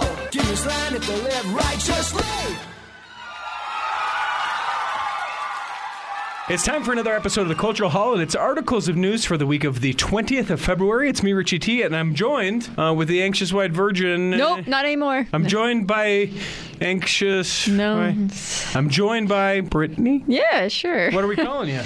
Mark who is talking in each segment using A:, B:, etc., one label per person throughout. A: this land if they live righteously.
B: It's time for another episode of the Cultural Hall, and it's articles of news for the week of the 20th of February. It's me, Richie T, and I'm joined uh, with the anxious white virgin.
C: Nope, not anymore.
B: I'm joined by anxious.
C: No.
B: I'm joined by Brittany.
C: Yeah, sure.
B: What are we calling you?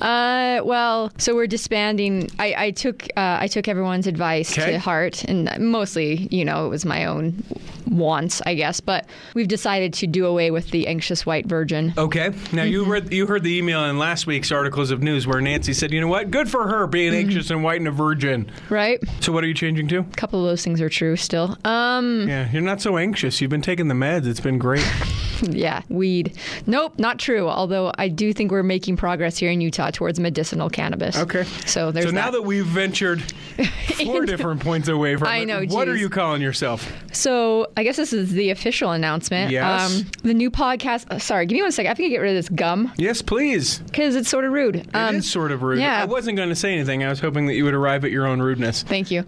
C: Uh, well, so we're disbanding. I, I took uh, I took everyone's advice
B: Okay.
C: to heart, and mostly, you know, it was my own wants, I guess. But we've decided to do away with the anxious white virgin.
B: Okay. Now you read you heard the email in last week's articles of news where Nancy said, "You know what? Good for her being anxious and white and a virgin."
C: Right?
B: So what are you changing to?
C: A couple of those things are true still. Um,
B: Yeah, you're not so anxious. You've been taking the meds. It's been great.
C: yeah, weed. Nope, not true. Although I do think we're making progress here in Utah towards medicinal cannabis.
B: Okay.
C: So there's
B: so now that we've ventured four different points away from
C: I
B: it,
C: know,
B: what are
C: geez.
B: you calling yourself?
C: So I guess this is the official announcement. Um,
B: Yes.
C: the new podcast. uh, sorry, give me one second. I have to get rid of this gum
B: Yes, please.
C: because it's sort of rude.
B: it is sort of rude.
C: Um, yeah.
B: I wasn't going to say anything. I was hoping that you would arrive at your own rudeness.
C: Thank you.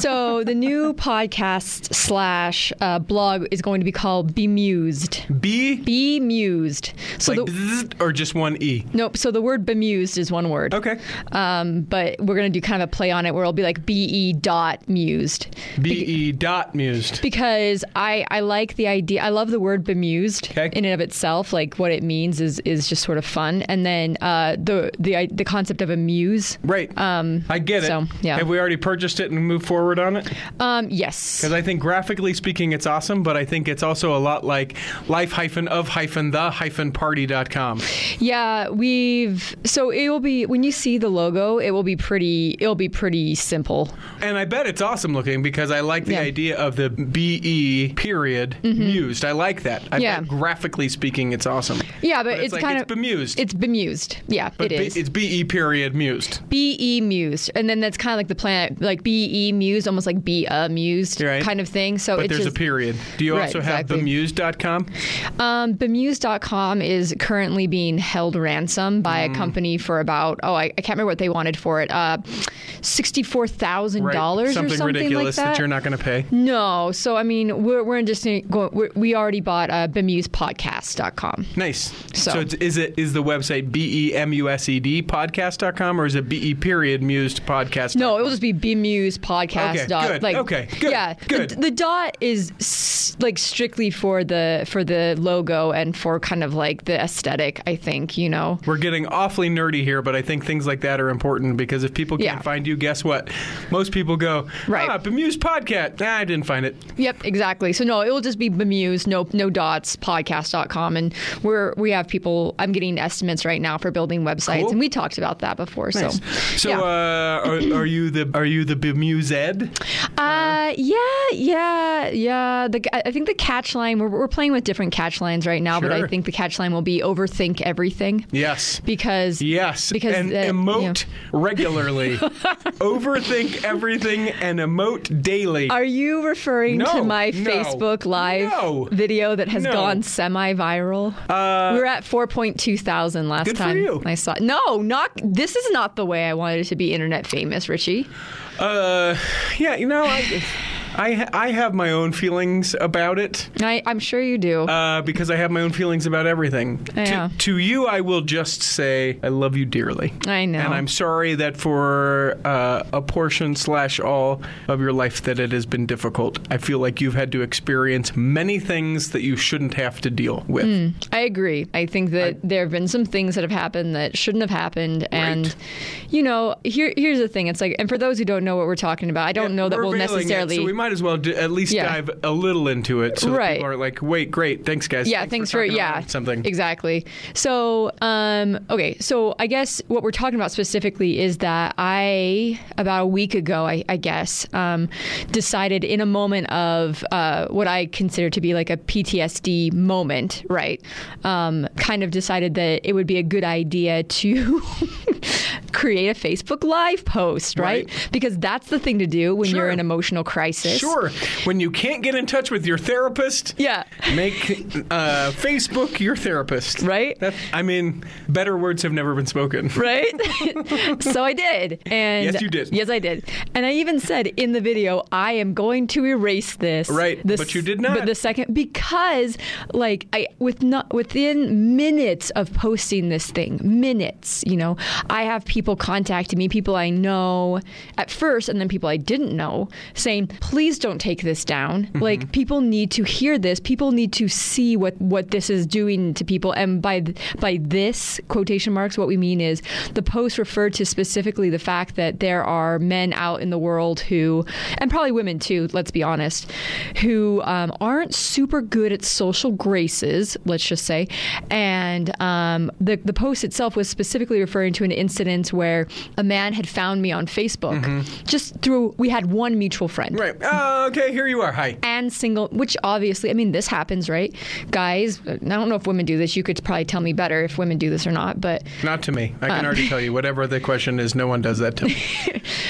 C: So the new podcast slash uh, blog is going to be called Bemused.
B: B,
C: Bemused. So
B: like
C: the
B: bzzzt, or just one e.
C: nope. So the word bemused is one word.
B: Okay.
C: Um, but we're gonna do kind of a play on it where it'll be like be dot mused.
B: B e dot mused.
C: because I, I like the idea. I love the word bemused
B: Okay.
C: in and of itself. Like what it means is is just sort of fun. And then uh, the the I- the concept of a muse.
B: Right.
C: Um,
B: I get it.
C: so, yeah.
B: Have we already purchased it and moved forward on it?
C: Um, yes.
B: Because I think graphically speaking, it's awesome, but I think it's also a lot like life hyphen of hyphen the hyphen party dot com.
C: Yeah, we've so it will be when you see the logo, it will be pretty. It'll be pretty simple.
B: And I bet it's awesome looking because I like the
C: Yeah. Mm-hmm.
B: idea of the BE period mused. I like that. I
C: Yeah.
B: bet graphically speaking, it's awesome.
C: Yeah, but,
B: But it's
C: it's
B: like
C: kind
B: it's
C: of
B: bemused.
C: It's bemused. Yeah,
B: But
C: it
B: B-
C: is.
B: It's BE period mused.
C: be mused, and then that's kind of like the planet, like be mused, almost like be amused
B: Right.
C: kind of thing. So
B: But
C: Oh, it's
B: there's
C: just,
B: a period. Do you
C: Right,
B: also have
C: exactly.
B: bemused.com?
C: Um, Bemused.com is currently being held ransom by
B: Mm.
C: a company for about, oh, I, I can't remember what they wanted for it, uh, $64,000 or
B: Something,
C: something
B: ridiculous
C: like that.
B: you're not going to pay.
C: no, so I mean, we're, we're just going. We're, we already bought uh, bemusepodcast.com.
B: Nice. So,
C: So-
B: it's, is it is the website B E M U S E D podcast.com or is it B E period mused podcast?
C: No, it'll just be bemusepodcast.
B: Okay,
C: dot,
B: good,
C: Like,
B: okay, good,
C: Yeah, the-
B: good.
C: The, dot is s- like strictly for the for the logo and for kind of like the aesthetic. I think you know.
B: We're getting awfully nerdy here, but I think things like that are important because if people can't
C: Yeah.
B: find you, guess what? Most people go,
C: Right.
B: ah, bemused podcast. Nah, I didn't find it.
C: Yep, exactly. So no, it will just be bemused, no no dots, podcast.com and we're we have people I'm getting estimates right now for building websites
B: Cool.
C: and we talked about that before.
B: Nice.
C: So
B: So
C: yeah.
B: uh, are, are you the are you the bemused?
C: Uh, yeah, yeah, yeah. The I think the catch line we're we're playing with different catch lines right now, but
B: Sure.
C: I think the catch line will be overthink everything
B: Yes.
C: because
B: Yes,
C: because
B: and
C: uh, you know.
B: emote regularly, overthink everything, and emote daily.
C: Are you referring
B: No,
C: to my
B: no,
C: Facebook Live
B: no,
C: video that has
B: no. Uh,
C: gone semi-viral? we were at 4.2 thousand last
B: good for
C: time.
B: you.
C: I saw. No, not this is not the way I wanted it to be internet famous, Richie.
B: Uh, yeah, you know, I, I, I have my own feelings about it
C: I, I'm sure you do.
B: uh, because I have my own feelings about everything.
C: Yeah.
B: To, to you, I will just say I love you dearly.
C: I know.
B: And I'm sorry that for uh, a portion slash all of your life that it has been difficult. I feel like you've had to experience many things that you shouldn't have to deal
C: Hmm.
B: with.
C: I agree. I think that there have been some things that have happened that shouldn't have happened, and
B: Right.
C: you know, here here's the thing. It's like, and for those who don't know what we're talking about, I don't know Oh, that
B: We're
C: we'll
B: veiling it,
C: necessarily.
B: so we might as well d- at least
C: Yeah.
B: dive a little into it. So that
C: Right.
B: people are like, wait, great, thanks guys.
C: yeah thanks, for,
B: talking
C: yeah
B: about something.
C: exactly so um okay so i guess what we're talking about specifically is that i about a week ago i, I guess um, decided in a moment of uh, what i consider to be like a ptsd moment right um, kind of decided that it would be a good idea to create a Facebook Live post, right?
B: Right.
C: Because that's the thing to do when
B: Sure.
C: you're in emotional crisis.
B: Sure. When you can't get in touch with your therapist,
C: Yeah.
B: make uh, Facebook your therapist.
C: Right?
B: That, I mean, better words have never been spoken.
C: right? so I did. And
B: Yes, you did.
C: Yes, I did. And I even said in the video, I am going to erase this.
B: Right,
C: This,
B: but you did not.
C: But the second because like I with not within minutes of posting this thing, minutes, you know, I have people contacting me, people I know at first and then people I didn't know saying, "Please don't take this down."
B: Mm-hmm.
C: Like people need to hear this. People need to see what what this is doing to people and by th- by this quotation marks what we mean is the post referred to specifically the fact that there are men out in the world who and probably women too let's be honest who um, aren't super good at social graces let's just say and um, the, the post itself was specifically referring to an incident where a man had found me on facebook just through we had one mutual friend
B: Right. Oh, okay, here you are. Hi.
C: and single, which obviously, I mean, this happens, right? Guys, I don't know if women do this. You could probably tell me better if women do this or not, but
B: Not to me. I can already tell you, whatever the question is, no one does that to me.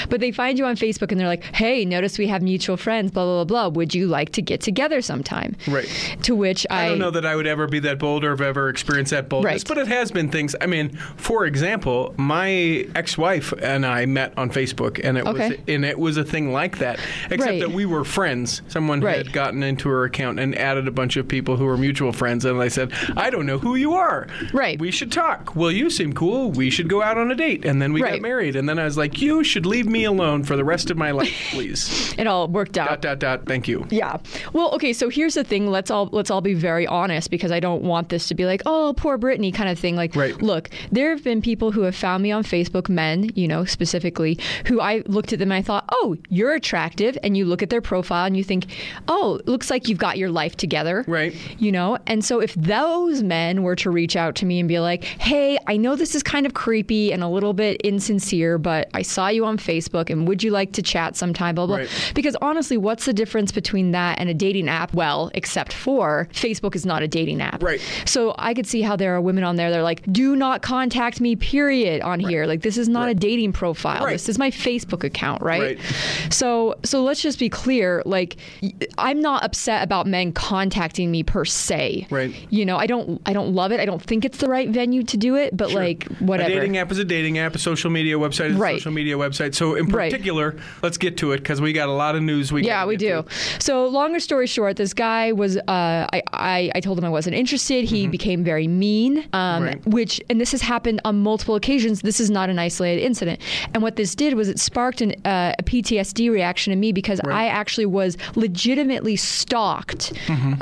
C: but they find you on Facebook and they're like, "Hey, notice we have mutual friends, blah blah blah. blah. Would you like to get together sometime?"
B: Right.
C: To which I,
B: I don't know that I would ever be that bold or have ever experienced that boldness,
C: Right.
B: but it has been things. I mean, for example, my ex-wife and I met on Facebook, and it was
C: Okay.
B: and it was a thing like that. Except
C: Right.
B: that we were friends. Someone
C: Right.
B: had gotten into her account and added a bunch of people who were mutual friends, and I said, "I don't know who you are.
C: Right.
B: We should talk. Well, you seem cool. We should go out on a date." And then we got
C: Right.
B: married, and then I was like, "You should leave me alone for the rest of my life, please."
C: it all worked out.
B: dot dot dot. Thank you.
C: Yeah. Well, okay. So here's the thing. Let's all let's all be very honest because I don't want this to be like, oh, poor Brittany kind of thing. Like,
B: Right.
C: look, there have been people who have found me on Facebook, men, you know, specifically, who I looked at them and I thought, oh, you're attractive, and you look at their profile and you think, oh, it looks like you've got your life together,
B: Right.
C: You know. And so if those men were to reach out to me and be like, hey, I know this is kind of creepy and a little bit insincere, but I saw you on Facebook, and would you like to chat sometime? Blah blah.
B: Right.
C: Because honestly, what's the difference between that and a dating app? Well, except for Facebook is not a dating app.
B: Right.
C: So I could see how there are women on there that are like, do not contact me, period, on here. Like, this is not a dating profile.
B: Right.
C: This is my Facebook account,
B: Right.
C: right? So, so let's just be clear. Like, y- I'm not upset about men contacting me per se.
B: Right.
C: You know, I don't, I don't love it. I don't think it's the right venue to do it, but
B: Sure.
C: like, whatever.
B: A dating app is a dating app. A social media website is a
C: Right.
B: social media website. So in
C: Right.
B: particular, let's get to it because we got a lot of news. We
C: Yeah,
B: gotta
C: we
B: get
C: do.
B: to.
C: So, longer story short, this guy was. Uh, I, I I told him I wasn't interested. He became very mean, um,
B: Mm-hmm. Right.
C: which and this has happened on multiple occasions. This is not an isolated incident. And what this did was it sparked an, uh, a PTSD reaction in me because I actually was legitimately stalked,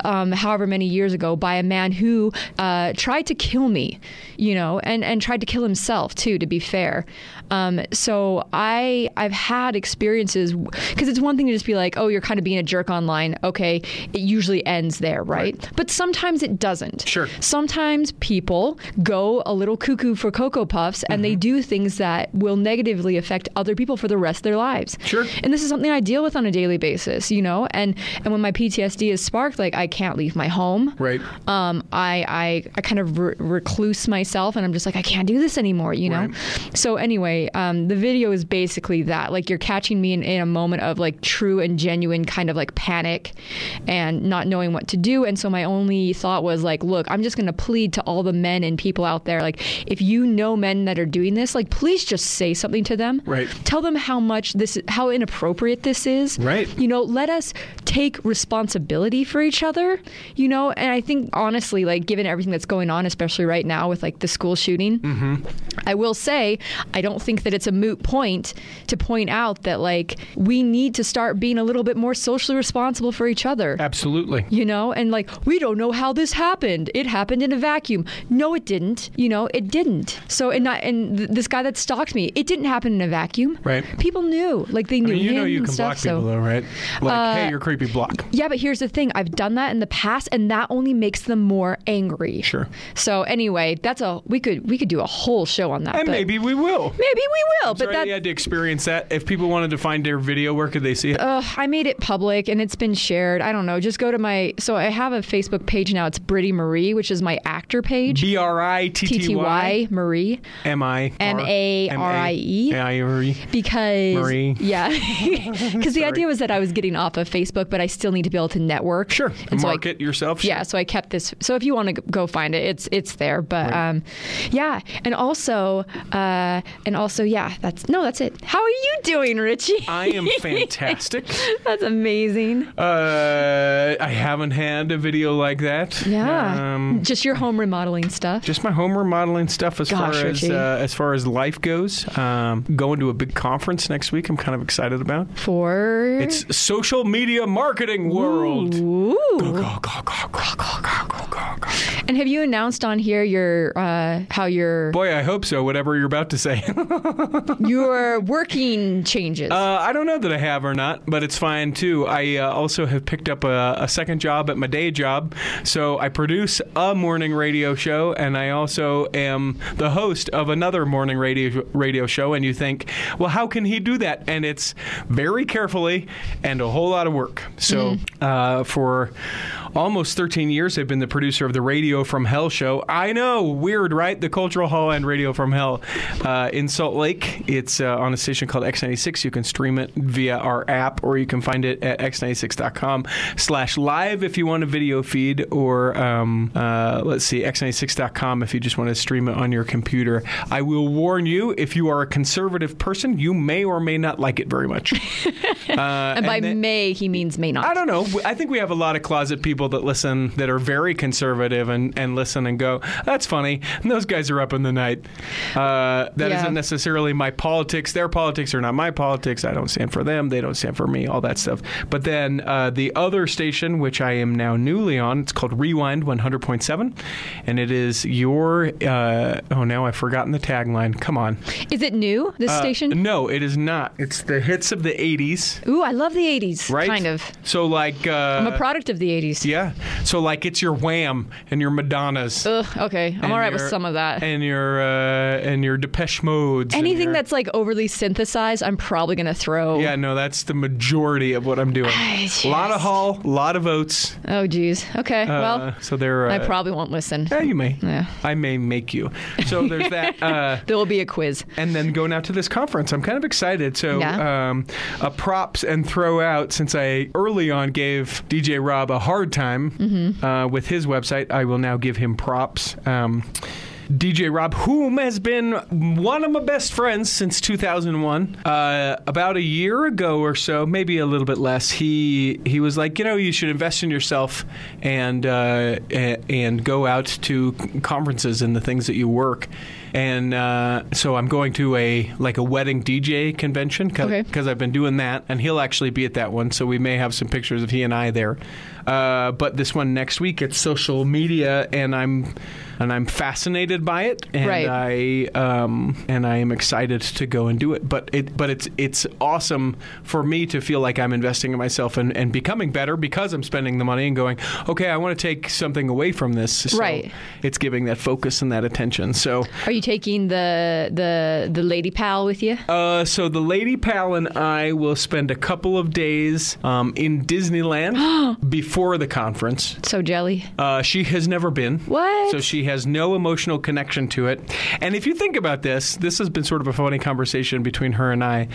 C: um, however many years ago, by a man who uh, tried to kill me, you know, and and tried to kill himself too. To be fair, um, so I I've had experiences because it's one thing to just be like, oh, you're kind of being a jerk online. Okay, it usually ends there, right? But sometimes it doesn't.
B: Sure.
C: Sometimes people go a little cuckoo for cocoa puffs and
B: Mm-hmm.
C: they do things that will negatively affect other people for the rest of their lives.
B: Sure.
C: And this is something I deal with on a daily basis, you know. And and when my PTSD is sparked, like I can't leave my home.
B: Right.
C: Um, I I, I kind of re- recluse myself, and I'm just like I can't do this anymore, you know.
B: Right.
C: So anyway, um, the video is basically that. Like you're catching me in, in a moment of like true and genuine kind of like panic and not knowing what to do. And so my only thought was like, look, I'm just gonna plead to all the men and people out there. Like if you know men that are doing this, like please just say something to them.
B: Right.
C: Tell them how much this how inappropriate this is.
B: Right.
C: You know, let us take responsibility for each other. You know, and I think honestly, like given everything that's going on, especially right now with like the school shooting.
B: Mm-hmm.
C: I will say, I don't think that it's a moot point to point out that, like, we need to start being a little bit more socially responsible for each other.
B: Absolutely.
C: You know, and like, we don't know how this happened. It happened in a vacuum. No, it didn't. You know, it didn't. So, and, I, and th- this guy that stalked me, it didn't happen in a vacuum.
B: Right.
C: People knew. Like, they
B: I
C: knew
B: mean, you
C: him
B: know you
C: and
B: can
C: stuff.
B: block
C: so.
B: people though, right? Like, hey,
C: Uh,
B: you're creepy. Block.
C: Yeah, but here's the thing. I've done that in the past, and that only makes them more angry.
B: Sure.
C: So anyway, that's a we could we could do a whole show on that.
B: And
C: but-
B: maybe we will.
C: Maybe we will, but
B: Sorry
C: that
B: you had to experience that. If people wanted to find their video, where could they see it?
C: Ugh, I made it public and it's been shared. I don't know. Just go to my so I have a Facebook page now. It's Britty Marie, which is my actor page.
B: B R I T
C: T
B: T
C: T
B: Y
C: Y Marie.
B: M I
C: M M A R I E.
B: M-A-R-I-E.
C: Because
B: Marie.
C: yeah, because the idea was that I was getting off of Facebook, but I still need to be able to network.
B: Sure.
C: and so I-
B: Market yourself. Sure.
C: yeah so i kept this so if you want to go find it it's it's there but um yeah and also uh and also yeah that's no that's it how are you doing richie
B: I am fantastic.
C: that's amazing
B: uh, I haven't had a video like that.
C: yeah
B: Um,
C: just your home remodeling stuff
B: just my home remodeling stuff as
C: Gosh,
B: far as
C: Richie.
B: uh, as far as life goes. Um, going to a big conference next week. I'm kind of excited about.
C: for
B: It's social media marketing world.
C: Ooh.
B: Go, go, go, go, go, go, go, go, go.
C: and have you announced on here your uh how your
B: Boy, I hope so. Whatever you're about to say, uh,
C: your working changes
B: I don't know that I have or not, but it's fine too. I uh, also have picked up a, a second job at my day job, so I produce a morning radio show, and I also am the host of another morning radio radio show. And you think, well, how can he do that? And it's very carefully and a whole lot of work. So uh, for almost 13 years, I've been the producer of the Radio from Hell show. I know, weird, right? The Cultural Hall and Radio from Hell uh, in Salt Lake. It's uh, on a station called X96. You can stream it via our app, or you can find it at x96.com slash live if you want a video feed, or um, uh, let's see, x96.com if you just want to stream it on your computer. I will warn you, if you are a conservative person, you may or may not like it very much. Uh,
C: and by
B: and then-
C: may he means may not
B: I don't know. I think we have a lot of closet people that listen that are very conservative and, and listen and go, that's funny. And those guys are up in the night. Uh, that
C: Yeah.
B: not necessarily my politics. Their politics are not my politics. I don't stand for them. They don't stand for me, all that stuff. But then uh, the other station, which I am now newly on, it's called Rewind 100.7. And it is your, uh, oh, now I've forgotten the tagline. Come on.
C: is it new
B: Uh,
C: this station
B: No, it is not. It's the hits of the 80s.
C: ooh i love the 80s
B: Right?
C: kind of
B: So, like. Uh,
C: i'm a product of the 80s
B: yeah. So like it's your Wham and your Madonnas.
C: Ugh, okay, I'm
B: and
C: all right with
B: your-
C: some of that.
B: And your uh, and your Depeche Modes. and
C: Anything
B: your-
C: that's like overly synthesized, I'm probably gonna throw.
B: yeah, no, that's the majority of what I'm doing.
C: I
B: A lot of
C: just-
B: Hall, a lot of oats.
C: Oh, geez. Okay.
B: Uh,
C: well,
B: so they're. Uh,
C: I probably won't listen.
B: yeah, you may.
C: Yeah.
B: I may make you. So there's that. Uh,
C: There will be a quiz.
B: and then going out to this conference. I'm kind of excited. So,
C: Yeah.
B: um, a props and throw out since I early on gave DJ Rob a hard time uh, with his website, I will now give him props. Um, DJ Rob, whom has been one of my best friends since 2001, uh, about a year ago or so, maybe a little bit less, he he was like, you know, you should invest in yourself and uh, a- and go out to conferences and the things that you work. And uh, so I'm going to a like a wedding DJ convention because
C: Okay.
B: I've been doing that, and he'll actually be at that one. So we may have some pictures of he and I there. Uh, but this one next week, it's social media, and I'm and I'm fascinated by it, and
C: Right.
B: I um, and I am excited to go and do it. But it but it's it's awesome for me to feel like I'm investing in myself and, and becoming better because I'm spending the money and going, okay, I want to take something away from this. So
C: Right.
B: It's giving that focus and that attention. So.
C: Are you taking the the the lady pal with you?
B: Uh, so the lady pal and I will spend a couple of days um, in Disneyland before the conference.
C: So jelly.
B: Uh, she has never been.
C: What?
B: So she has no emotional connection to it. And if you think about this, this has been sort of a funny conversation between her and I.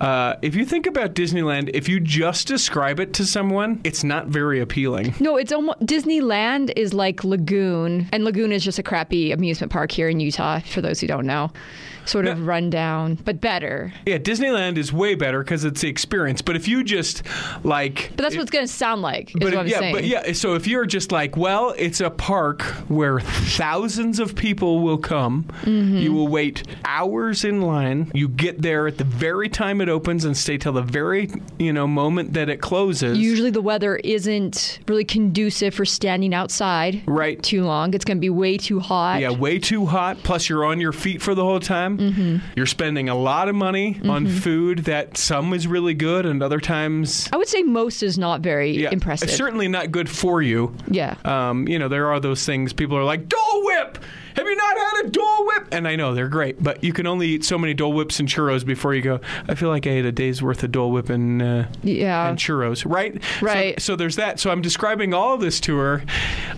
B: Uh, if you think about Disneyland, if you just describe it to someone, it's not very appealing.
C: No, it's almost Disneyland is like Lagoon, and Lagoon is just a crappy amusement park here in Utah. For those who don't know, sort of run down, but better.
B: Yeah, Disneyland is way better because it's the experience. But if you just like
C: But that's what it's gonna sound like. Is
B: But
C: what I'm
B: yeah,
C: saying.
B: but yeah. So if you're just like, well, it's a park where thousands of people will come.
C: Mm-hmm.
B: You will wait hours in line. You get there at the very time it opens and stay till the very you know moment that it closes.
C: Usually the weather isn't really conducive for standing outside
B: Right.
C: too long. It's gonna be way too hot.
B: yeah, way too hot. Plus, you're on your feet for the whole time.
C: Mm-hmm.
B: You're spending a lot of money on food that some is really good and other times
C: I would say most is not very
B: yeah, uh,
C: impressive.
B: Certainly not good for you.
C: yeah.
B: um, you know, there are those things people are like, Dole Whip! Have you not had a Dole Whip? And I know they're great, but you can only eat so many Dole Whips and churros before you go. I feel like I ate a day's worth of Dole Whip and uh,
C: Yeah.
B: and churros, right? So-
C: Right.
B: So, there's that. So I'm describing all of this to her,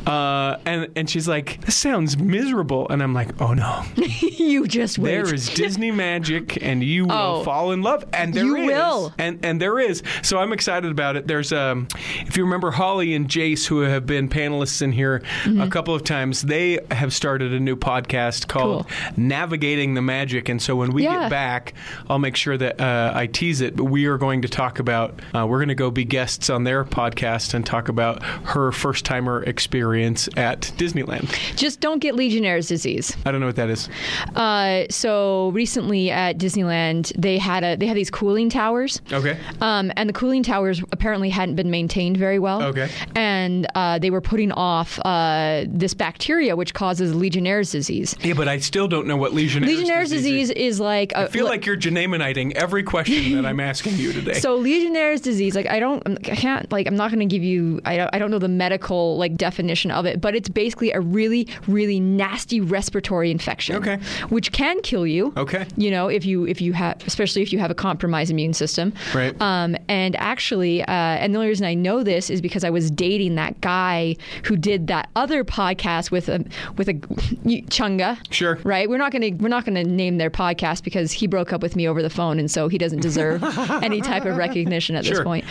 B: uh, and and she's like, "This sounds miserable," and I'm like, "Oh no,
C: you just wait.
B: there is Disney magic, and you will
C: Oh.
B: fall in love. And there is,
C: You will.
B: and and there is. So I'm excited about it. There's um, if you remember Holly and Jace, who have been panelists in here
C: Mm-hmm.
B: a couple of times, they have started a new podcast called
C: Cool.
B: Navigating the Magic. And so when we
C: Yeah.
B: get back, I'll make sure that uh, I tease it. But we are going to talk about. Uh, we're going to go be guests on their podcast and talk about her first timer experience at Disneyland.
C: Just don't get Legionnaire's disease.
B: I don't know what that is.
C: Uh, so recently at Disneyland, they had a they had these cooling towers.
B: Okay.
C: Um, and the cooling towers apparently hadn't been maintained very well.
B: Okay.
C: And uh, they were putting off uh, this bacteria, which causes Legionnaire's disease.
B: Yeah, but I still don't know what Legionnaires,
C: Legionnaire's disease is like a,
B: I feel like you're Janamaniting every question that I'm asking you today.
C: so Legionnaire's disease. Like I don't, I can't, like I'm not going to give you. I don't, I don't know the medical like definition of it, but it's basically a really, really nasty respiratory infection.
B: Okay.
C: Which can kill you.
B: Okay.
C: You know, if you if you have, especially if you have a compromised immune system.
B: Right.
C: Um, and actually, uh, and the only reason I know this is because I was dating that guy who did that other podcast with a with a Chunga.
B: Sure.
C: Right. We're not gonna we're not gonna name their podcast because he broke up with me over the phone, and so he doesn't deserve any type of recognition at
B: Sure.
C: this point.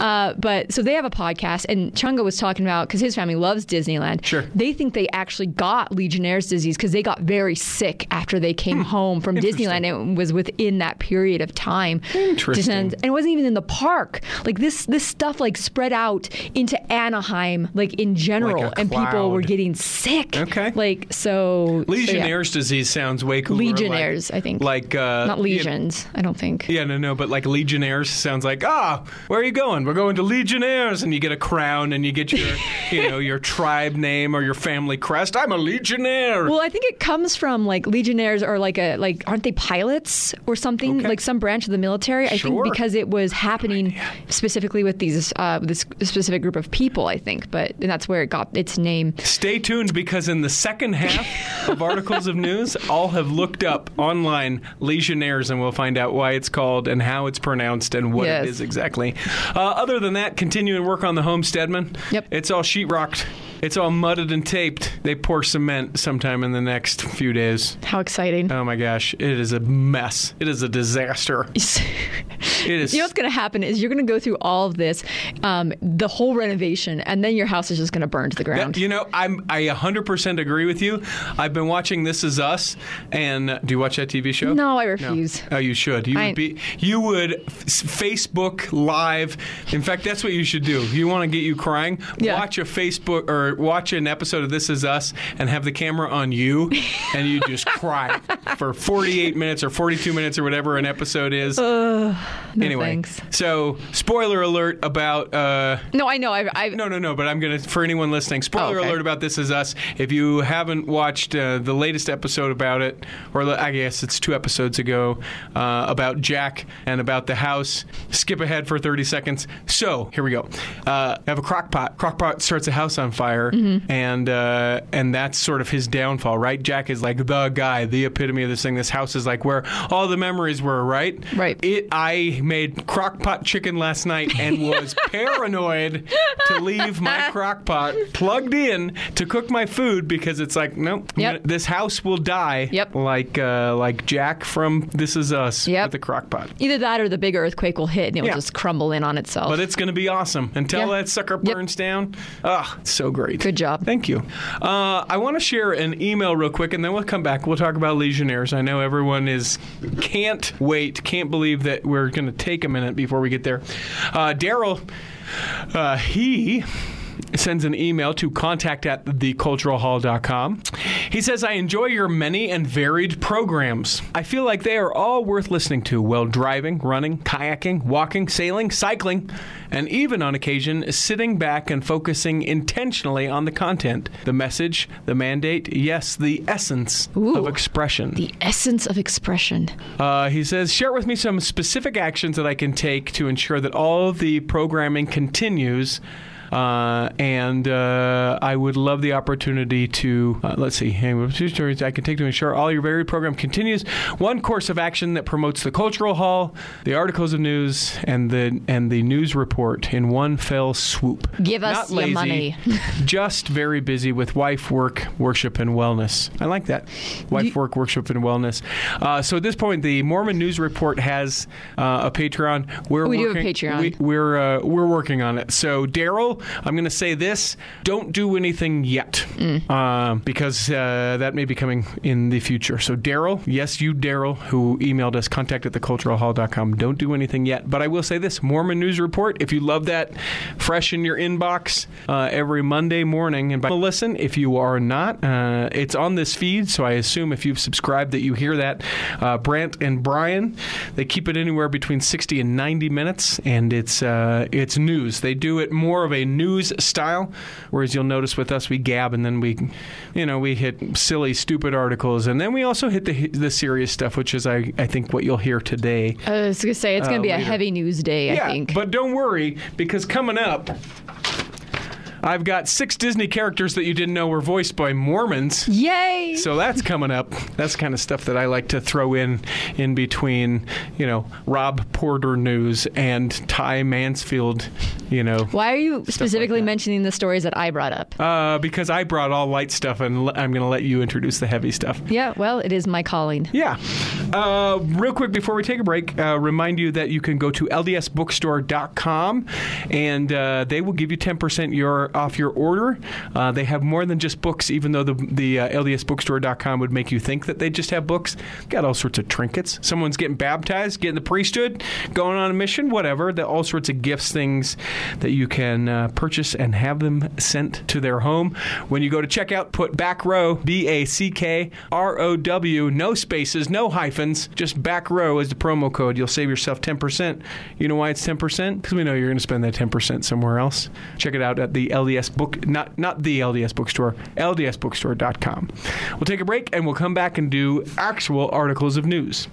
C: Uh, but so they have a podcast, and Chunga was talking about because his family loves Disneyland.
B: Sure.
C: They think they actually got Legionnaire's disease because they got very sick after they came
B: Hmm.
C: home from Disneyland. It was within that period of time.
B: Interesting.
C: Disneyland- and it wasn't even in the park. Like this, this stuff like spread out into Anaheim, like in general, and people were
B: cloud.
C: getting sick.
B: Okay.
C: Like so. so, yeah.
B: Legionnaires' disease sounds way cooler. like-
C: Legionnaires, I think.
B: Like uh,
C: Not
B: you-
C: lesions, I don't think.
B: yeah, no, no, but like Legionnaires sounds like ah, where are you going? We're going to Legionnaires, and you get a crown, and you get your, you know, your tribe name or your family crest. I'm a Legionnaire.
C: Well, I think it comes from like legionnaires or like a like aren't they pilots or something
B: Okay.
C: like some branch of the military? I
B: Sure.
C: think because it was happening specifically with these uh, this specific group of people. I think, but and that's where it got its name.
B: Stay tuned because in the second half of Articles of News, I'll have looked up online Legionnaires and we'll find out why it's called and how it's pronounced and what
C: Yes.
B: it is exactly. Uh, other than that, continuing work on the homesteadman.
C: Yep.
B: It's all sheetrocked, it's all mudded and taped. They pour cement sometime in the next few days.
C: How exciting!
B: Oh my gosh, it is a mess. It is a disaster. It is.
C: You know what's going to happen is you're going to go through all of this, um, the whole renovation, and then your house is just going to burn to the ground.
B: You know, I'm I 100% agree with you. I've been watching This Is Us, and uh, do you watch that TV show?
C: No, I refuse.
B: Oh, you should. You
C: I-
B: would be. You would f- Facebook Live. In fact, that's what you should do. You want to get you crying?
C: Yeah.
B: Watch a Facebook or watch an episode of This Is Us and have the camera on you, and you just cry for 48 minutes or 42 minutes or whatever an episode is.
C: Oh, No,
B: anyway,
C: thanks.
B: so spoiler alert about. Uh,
C: No, I know. I, I,
B: no, no, no. But I'm gonna for anyone listening. Spoiler
C: Oh, okay.
B: alert about This Is Us. If you haven't watched uh, the latest episode about it, or the- I guess it's two episodes ago uh, about Jack and about the house, skip ahead for 30 seconds. So here we go. Uh, I have a crock pot. Crock pot starts a house on fire,
C: Mm-hmm.
B: and uh, and that's sort of his downfall, right? Jack is like the guy, the epitome of this thing. This house is like where all the memories were, right?
C: Right.
B: It. I made crock pot chicken last night and was paranoid to leave my crock pot plugged in to cook my food because it's like, nope, I'm
C: Yep.
B: gonna- this house will die.
C: Yep.
B: Like uh, like Jack from This Is Us
C: Yep.
B: with the crock pot.
C: Either that or the big earthquake will hit and it
B: Yeah.
C: will just crumble in on itself.
B: But it's going to be awesome until
C: Yeah.
B: that sucker
C: Yep.
B: burns down. Ah, it's so great.
C: Good job.
B: Thank you. Uh, I want to share an email real quick, and then we'll come back. We'll talk about Legionnaires. I know everyone is can't wait, can't believe that we're going to take a minute before we get there. Uh, Daryl, uh, he sends an email to contact at theculturalhall.com. He says, I enjoy your many and varied programs. I feel like they are all worth listening to while driving, running, kayaking, walking, sailing, cycling, and even on occasion sitting back and focusing intentionally on the content, the message, the mandate, yes, the essence of
C: Ooh.
B: expression.
C: the essence of expression.
B: Uh, he says, share with me some specific actions that I can take to ensure that all of the programming continues Uh, and uh, I would love the opportunity to, uh, let's see, hang with two stories I can take to ensure all your varied program continues. One course of action that promotes the cultural hall, the articles of news, and the and the news report in one fell swoop.
C: Give us
B: Not lazy,
C: your money.
B: just very busy with wife, work, worship, and wellness. I like that. Wife, work, worship, and wellness. Uh, so at this point, the Mormon News Report has uh, a Patreon. We're
C: We do have a
B: working-
C: Patreon.
B: We, we're uh, we're working on it. So Daryl, I'm going to say this: don't do anything yet, um, because uh, that may be coming in the future. So Daryl, yes, you Daryl, who emailed us, contact at theculturalhall.com. Don't do anything yet, but I will say this: Mormon News Report. If you love that, fresh in your inbox uh, every Monday morning, and by listen. If you are not, uh, it's on this feed, so I assume if you've subscribed that you hear that. Uh, Brant and Brian, they keep it anywhere between 60 and 90 minutes, and it's uh, it's news. They do it more of a news style, whereas you'll notice with us we gab and then we, you know, we hit silly, stupid articles, and then we also hit the the serious stuff, which is I, I think what you'll hear today.
C: I was gonna say it's gonna be a
B: Uh, later.
C: heavy news day.
B: yeah,
C: I think.
B: but don't worry because coming up. I've got six Disney characters that you didn't know were voiced by Mormons.
C: Yay!
B: So that's coming up. That's the kind of stuff that I like to throw in in between, you know, Rob Porter news and Ty Mansfield, you know.
C: Why are you specifically
B: that.
C: mentioning the stories that I brought up?
B: Uh, because I brought all light stuff and l- I'm going to let you introduce the heavy stuff.
C: yeah, well, it is my calling.
B: Yeah. Uh, real quick before we take a break, uh, remind you that you can go to ldsbookstore.com and uh, they will give you 10% your, off your order. Uh, they have more than just books, even though the, the uh, ldsbookstore.com would make you think that they just have books. Got all sorts of trinkets. Someone's getting baptized, getting the priesthood, going on a mission, whatever. The, all sorts of gifts, things that you can uh, purchase and have them sent to their home. When you go to checkout, put back row, B A C K R O W, no spaces, no hyphens, just back row is the promo code. You'll save yourself 10%. You know why it's 10%? Because we know you're going to spend that 10% somewhere else. Check it out at the LDS book, not, not the LDS bookstore, ldsbookstore.com. We'll take a break and we'll come back and do actual articles of news.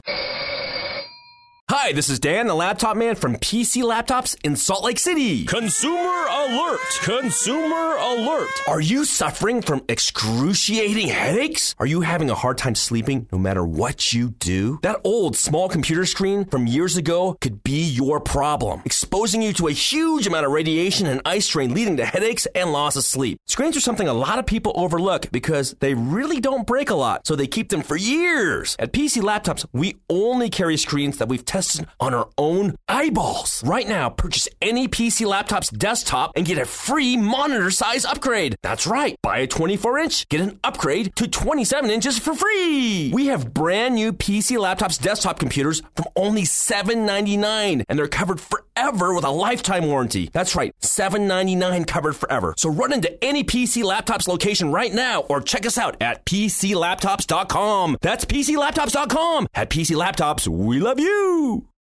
D: Hi, this is Dan, the laptop man from PC Laptops in Salt Lake City.
E: Consumer alert! Consumer alert!
D: Are you suffering from excruciating headaches? Are you having a hard time sleeping no matter what you do? That old small computer screen from years ago could be your problem, exposing you to a huge amount of radiation and eye strain leading to headaches and loss of sleep. Screens are something a lot of people overlook because they really don't break a lot, so they keep them for years. At PC Laptops, we only carry screens that we've tested on our own eyeballs. Right now, purchase any PC Laptops desktop and get a free monitor size upgrade. That's right. Buy a 24 inch, get an upgrade to 27 inches for free. We have brand new PC Laptops desktop computers from only $7.99 and they're covered forever with a lifetime warranty. That's right, $7.99 covered forever. So run into any PC Laptops location right now or check us out at PCLaptops.com. That's PCLaptops.com. At PC Laptops, we love you.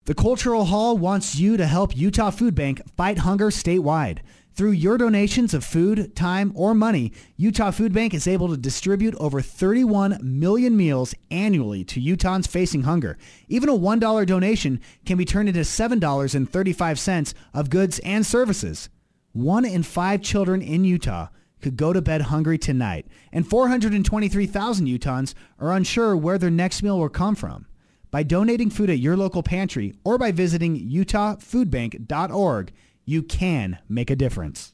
F: The Cultural Hall wants you to help Utah Food Bank fight hunger statewide. Through your donations of food, time, or money, Utah Food Bank is able to distribute over 31 million meals annually to Utahns facing hunger. Even a $1 donation can be turned into $7.35 of goods and services. One in five children in Utah could go to bed hungry tonight, and 423,000 Utahns are unsure where their next meal will come from. By donating food at your local pantry or by visiting utahfoodbank.org, you can make a difference.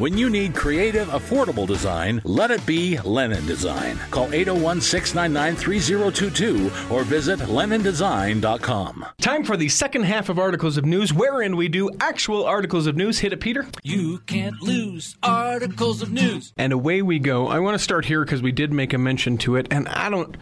G: When you need creative, affordable design, let it be Lennon Design. Call 801 699 3022 or visit LennonDesign.com.
B: Time for the second half of Articles of News, wherein we do actual articles of news. Hit it, Peter.
A: You can't lose articles of news.
B: And away we go. I want to start here because we did make a mention to it, and I don't.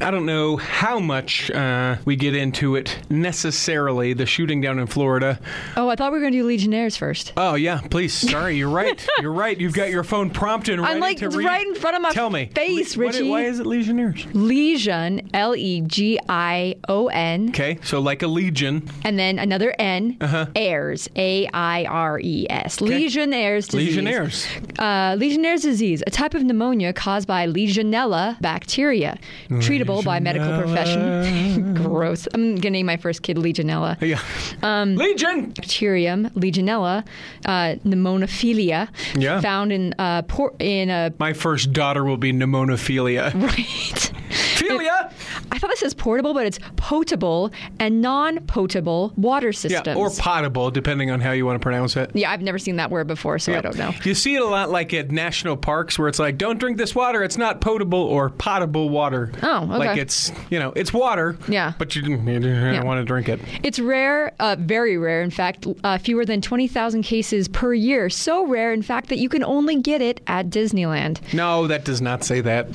B: I don't know how much uh, we get into it necessarily, the shooting down in Florida.
C: Oh, I thought we were going to do Legionnaires first.
B: Oh, yeah, please. Sorry, you're right. You're right. You've got your phone prompted right
C: I'm like
B: to read.
C: right in front of my
B: Tell me.
C: face,
B: What-
C: Richie.
B: Why is it Legionnaires?
C: Legion, L E G I O N,
B: Okay, Uh-huh. so like a legion.
C: and then another N, Airs, A I R E S. Legionnaires disease.
B: Legionnaires.
C: Uh, Legionnaire's disease, a type of pneumonia caused by Legionella bacteria, treatable by medical profession. Gross. I'm going to name my first kid Legionella.
B: Yeah.
C: Um,
B: legion!
C: Bacterium, Legionella, uh, pneumophilia,
B: Yeah.
C: found in uh, por- in a
B: My first daughter will be pneumophilia.
C: right.
B: Philia!
C: I thought this is portable, but it's potable and non-potable water systems.
B: Yeah, or potable, depending on how you want to pronounce it.
C: Yeah, I've never seen that word before, so I don't know.
B: You see it a lot like at national parks where it's like, don't drink this water. It's not potable or potable water.
C: Oh, okay.
B: Like it's, you know, it's water.
C: Yeah.
B: But you didn't, you didn't want to drink it.
C: It's rare, uh, very rare, in fact, uh, fewer than 20,000 cases per year. So rare, in fact, that you can only get it at Disneyland.
B: No, that does not say that.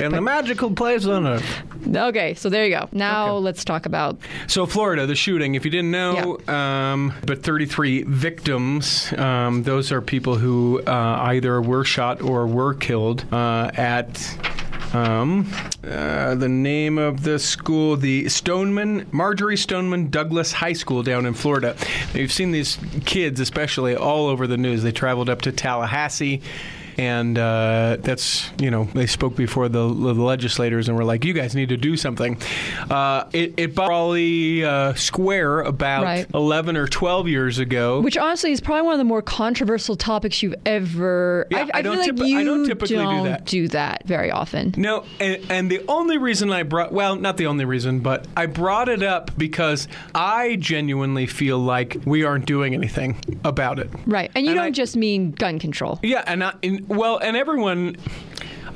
B: In the magical place on earth.
C: Okay, so there you go. Now let's talk about.
B: So, Florida, the shooting, if you didn't know, um, but 33 victims, um, those are people who uh, either were shot or were killed uh, at. Um, uh, the name of the school, the Stoneman, Marjorie Stoneman Douglas High School down in Florida. Now, You've seen these kids, especially all over the news. They traveled up to Tallahassee and uh, that's you know they spoke before the, the legislators and were like, "You guys need to do something." Uh, it it probably uh, square about
C: Right.
B: eleven or twelve years ago.
C: Which honestly is probably one of the more controversial topics you've ever.
B: Yeah, I
C: feel
B: don't
C: like
B: typ- I
C: you
B: don't typically do
C: don't
B: that.
C: do that very often.
B: no, and, and the only reason I brought well, not the only reason, but I brought it up because I genuinely feel like we aren't doing anything about it.
C: Right, and you
B: And
C: don't
B: I-
C: just mean gun control.
B: Yeah, and, I, and well, and everyone,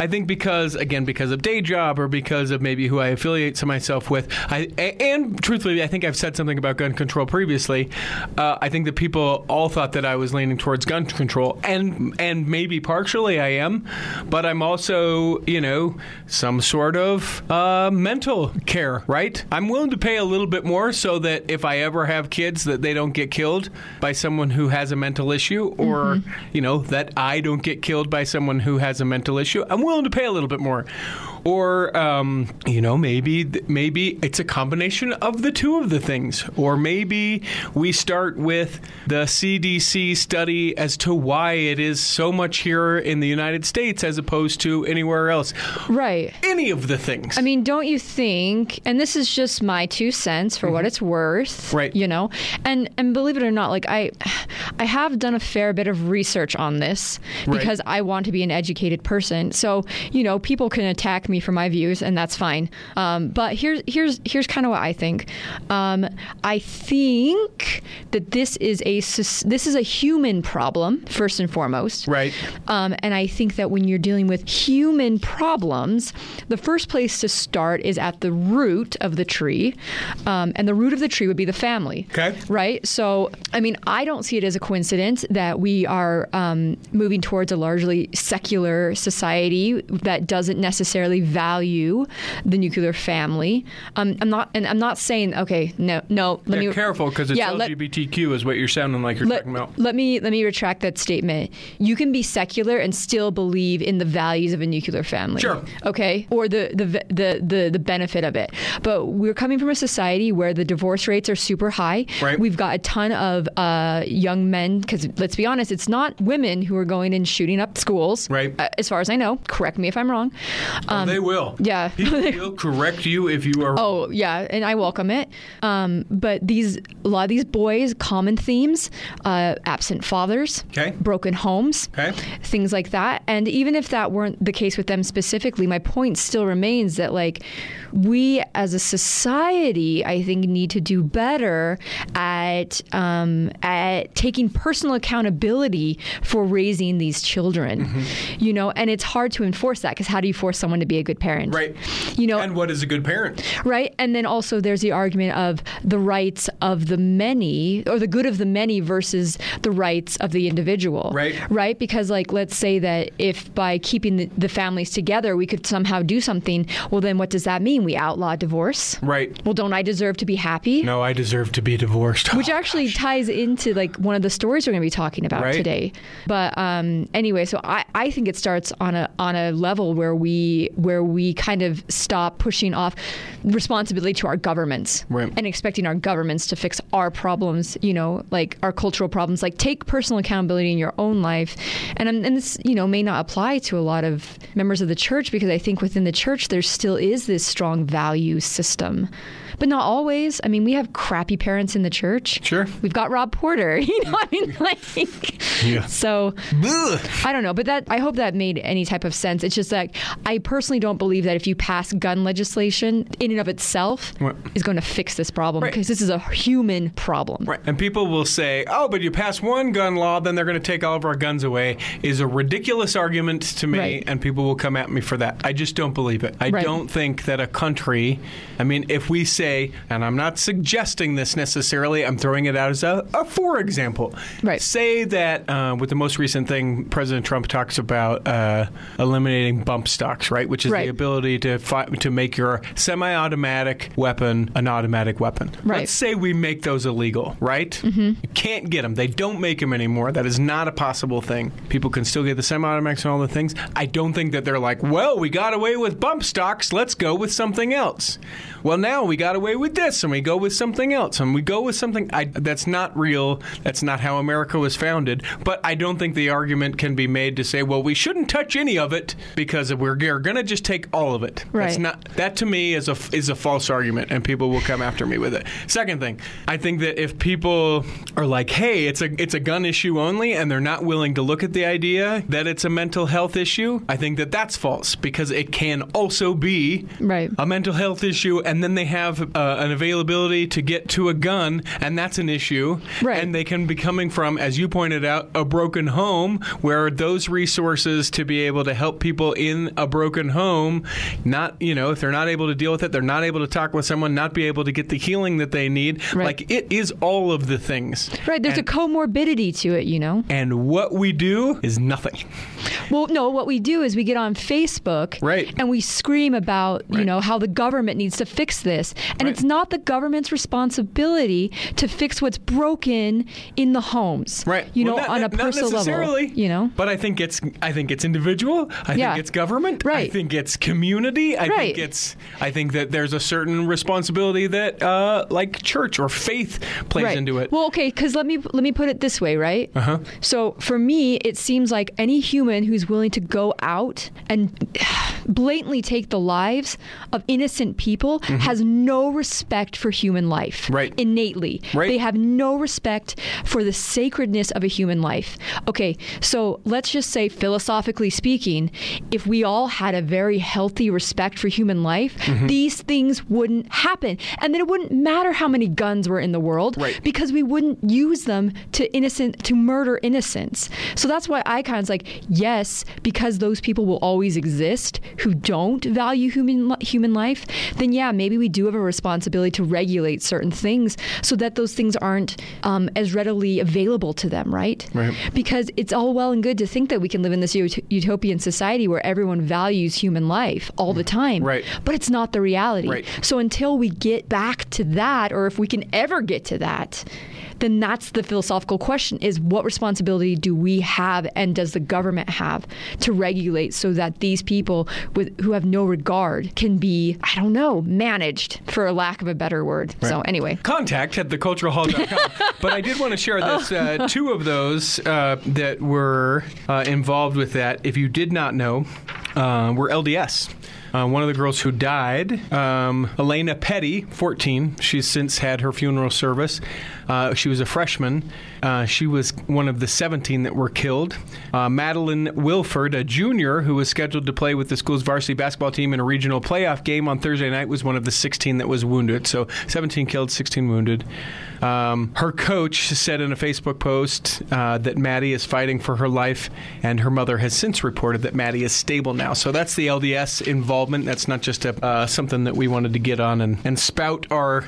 B: I think because again because of day job or because of maybe who I affiliate to myself with, I a- and truthfully, I think I've said something about gun control previously. Uh, I think that people all thought that I was leaning towards gun control, and and maybe partially I am, but I'm also you know some sort of uh, mental care, right? I'm willing to pay a little bit more so that if I ever have kids, that they don't get killed by someone who has a mental issue, or
C: Mm-hmm.
B: you know that I don't get killed by someone who has a mental issue. I'm willing to pay a little bit more, or um, you know maybe th- maybe it's a combination of the two of the things, or maybe we start with the CDC study as to why it is so much here in the United States as opposed to anywhere else.
C: Right.
B: Any of the things.
C: I mean, don't you think? And this is just my two cents for what it's worth,
B: Mm-hmm. Right.
C: You know, and and believe it or not, like I, I have done a fair bit of research on this
B: Right.
C: because I want to be an educated person. So you know, people can attack me for my views, and that's fine. Um, but here's here's here's kind of what I think. Um, I think that this is a sus- this is a human problem first and foremost,
B: Right.
C: um, and I think that when you're dealing with human problems, the first place to start is at the root of the tree. Um, and the root of the tree would be the family.
B: Okay.
C: Right? So, I mean, I don't see it as a coincidence that we are um, moving towards a largely secular society that doesn't necessarily value the nuclear family. Um, I'm not, and I'm not saying, okay, no, no, let
B: Yeah,
C: me.
B: careful because it's
C: Yeah, let-
B: LGBTQ is what you're sounding like you're
C: let,
B: talking about.
C: let me let me retract that statement. You can be secular and still believe in the values of a nuclear family.
B: Sure.
C: Okay. Or the the the the, the benefit of it. But we're coming from a society where the divorce rates are super high.
B: Right.
C: We've got a ton of uh, young men because let's be honest, it's not women who are going and shooting up schools.
B: Right.
C: uh, as far as I know, correct me if I'm wrong. Um,
B: they will.
C: yeah.
B: People will correct you if you are.
C: Oh yeah, and I welcome it. Um, but these a lot of these boys, common themes: uh, absent fathers,
B: Okay.
C: broken homes,
B: Okay.
C: things like that. And even if that weren't the case with them specifically, my point still remains that like we as a society, I think, need to do better at um, at taking and personal accountability for raising these children.
B: Mm-hmm.
C: You know, and it's hard to enforce that because how do you force someone to be a good parent?
B: Right.
C: You know,
B: And what is a good parent?
C: right? And then also there's the argument of the rights of the many or the good of the many versus the rights of the individual.
B: Right.
C: Right? Because, like, let's say that if by keeping the, the families together we could somehow do something, well, then what does that mean? We outlaw divorce?
B: Right.
C: Well, don't I deserve to be happy?
B: No, I deserve to be divorced.
C: Which actually ties into like one of the stories we're going to be talking about
B: Right.
C: today. But um, anyway, so I, I think it starts on a on a level where we where we kind of stop pushing off responsibility to our governments
B: Right.
C: and expecting our governments to fix our problems. You know, like our cultural problems. Like take personal accountability in your own life, and um, and this you know may not apply to a lot of members of the church because I think within the church there still is this strong value system. But not always. I mean, we have crappy parents in the church.
B: Sure.
C: We've got Rob Porter. You know, I mean, like, so I don't know. But that I hope that made any type of sense. It's just that I personally don't believe that if you pass gun legislation in and of itself
B: Right.
C: is going to fix this problem
B: Right.
C: because this is a human problem.
B: Right. And people will say, oh, but you pass one gun law, then they're going to take all of our guns away, is a ridiculous argument to me,
C: Right.
B: and people will come at me for that. I just don't believe it. I
C: Right.
B: don't think that a country, I mean, if we say, and I'm not suggesting this necessarily, I'm throwing it out as a, a for example.
C: Right.
B: Say that uh, with the most recent thing, President Trump talks about uh, eliminating bump stocks, right? Which is
C: Right.
B: the ability to, fi- to make your semi automatic weapon an automatic weapon.
C: Right.
B: Let's say we make those illegal, right? You can't get them. They don't make them anymore. That is not a possible thing. People can still get the semi-automatics and all the things. I don't think that they're like, well, we got away with bump stocks. Let's go with something else. Well, now we got away with this, and we go with something else, and we go with something. I, that's not real. That's not how America was founded. But I don't think the argument can be made to say, well, we shouldn't touch any of it because we're, we're going to just take all of it. That's
C: Right.
B: not that to me is a is a false argument, and people will come after me with it. Second thing, I think that if people are like, "Hey, it's a it's a gun issue only," and they're not willing to look at the idea that it's a mental health issue, I think that that's false because it can also be
C: Right.
B: a mental health issue, and then they have uh, an availability to get to a gun, and that's an issue,
C: Right.
B: and they can be coming from, as you pointed out, a broken home where those resources to be able to help people in a broken home, not, you know, if they're not able to deal with it, they're not able to talk with someone, not be able to get the healing that they need.
C: Right.
B: Like, it is all of the things.
C: Right, there's
B: And-
C: a comorbidity to it, you know.
B: And what we do is nothing.
C: Well, no, what we do is we get on Facebook
B: Right.
C: and we scream about,
B: Right.
C: you know, how the government needs to fix this. And
B: Right.
C: it's not the government's responsibility to fix what's broken in the homes.
B: Right.
C: You
B: Well,
C: know,
B: not-
C: on a
B: not
C: personal level.
B: necessarily,
C: You know?
B: But I think it's I think it's individual. I
C: Yeah.
B: think it's government. I
C: Right.
B: think it's community. I
C: Right.
B: think it's I think that there's a certain responsibility that uh, like church or faith plays
C: right.
B: into it.
C: Well, okay, because let me let me put it this way, right? Uh-huh. So for me, it seems like any human who's willing to go out and blatantly take the lives of innocent people has no respect for human life.
B: Mm-hmm. Right.
C: Innately,
B: Right.
C: they have no respect for the sacredness of a human life. Okay, so let's just say, philosophically speaking, if we all had a very healthy respect for human life, these things wouldn't happen. And then it wouldn't matter how many guns were in the world
B: Right.
C: because we wouldn't use them to innocent to murder innocents. So that's why Icon's like, yes, because those people will always exist who don't value human li- human life, then yeah, maybe we do have a responsibility to regulate certain things so that those things aren't um, as readily available to them, right?
B: Right.
C: Because it's all well and good to think that we can live in this ut- utopian society where everyone values human life all the time,
B: Mm-hmm. Right.
C: But it's not the reality.
B: Right.
C: So until we get back to that, or if we can ever get to that, then that's the philosophical question is what responsibility do we have and does the government have to regulate so that these people with who have no regard can be, I don't know, managed for lack of a better word. So anyway.
B: contact at theculturalhall.com. but I did want to share this uh, two of those uh, that were uh, involved with that. If you did not know, uh, were LDS. Uh, one of the girls who died, um, Elena Petty, 14, she's since had her funeral service. Uh, she was a freshman. Uh, she was one of the 17 that were killed. Uh, Madeline Wilford, a junior who was scheduled to play with the school's varsity basketball team in a regional playoff game on Thursday night, was one of the 16 that was wounded. So 17 killed, 16 wounded. Um, her coach said in a Facebook post uh, that Maddie is fighting for her life, and her mother has since reported that Maddie is stable now. So that's the LDS involvement. That's not just a, uh, something that we wanted to get on and, and spout our.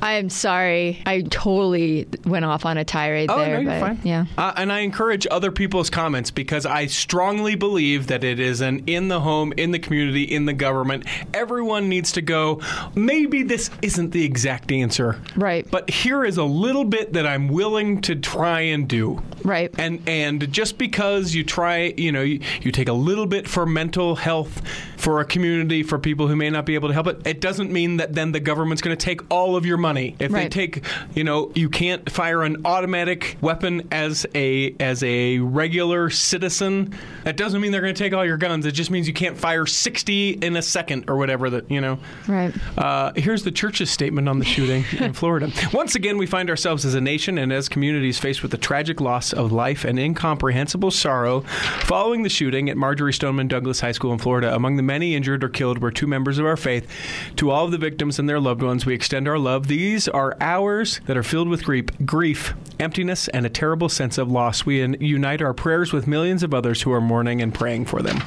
C: I'm sorry. I totally went off on a
B: Oh,
C: tirade there. but Yeah.
B: Uh, and I encourage other people's comments because I strongly believe that it is an in the home, in the community, in the government. Everyone needs to go. Maybe this isn't the exact answer,
C: Right.
B: But here is a little bit that I'm willing to try and do,
C: Right.
B: And and just because you try, you know, you, you take a little bit for mental health, for a community, for people who may not be able to help it, it doesn't mean that then the government's going to take all of your money. If they
C: Right.
B: take take, you know you can't fire an automatic weapon as a as a regular citizen that doesn't mean they're going to take all your guns it just means you can't fire 60 in a second or whatever that you know
C: Right.
B: uh, here's the church's statement on the shooting in Florida. Once again, we find ourselves as a nation and as communities faced with the tragic loss of life and incomprehensible sorrow following the shooting at Marjorie Stoneman Douglas High School in Florida. Among the many injured or killed were two members of our faith. To all of the victims and their loved ones, we extend our love. These are hours that are filled with grief, grief, emptiness, and a terrible sense of loss. We in- unite our prayers with millions of others who are mourning and praying for them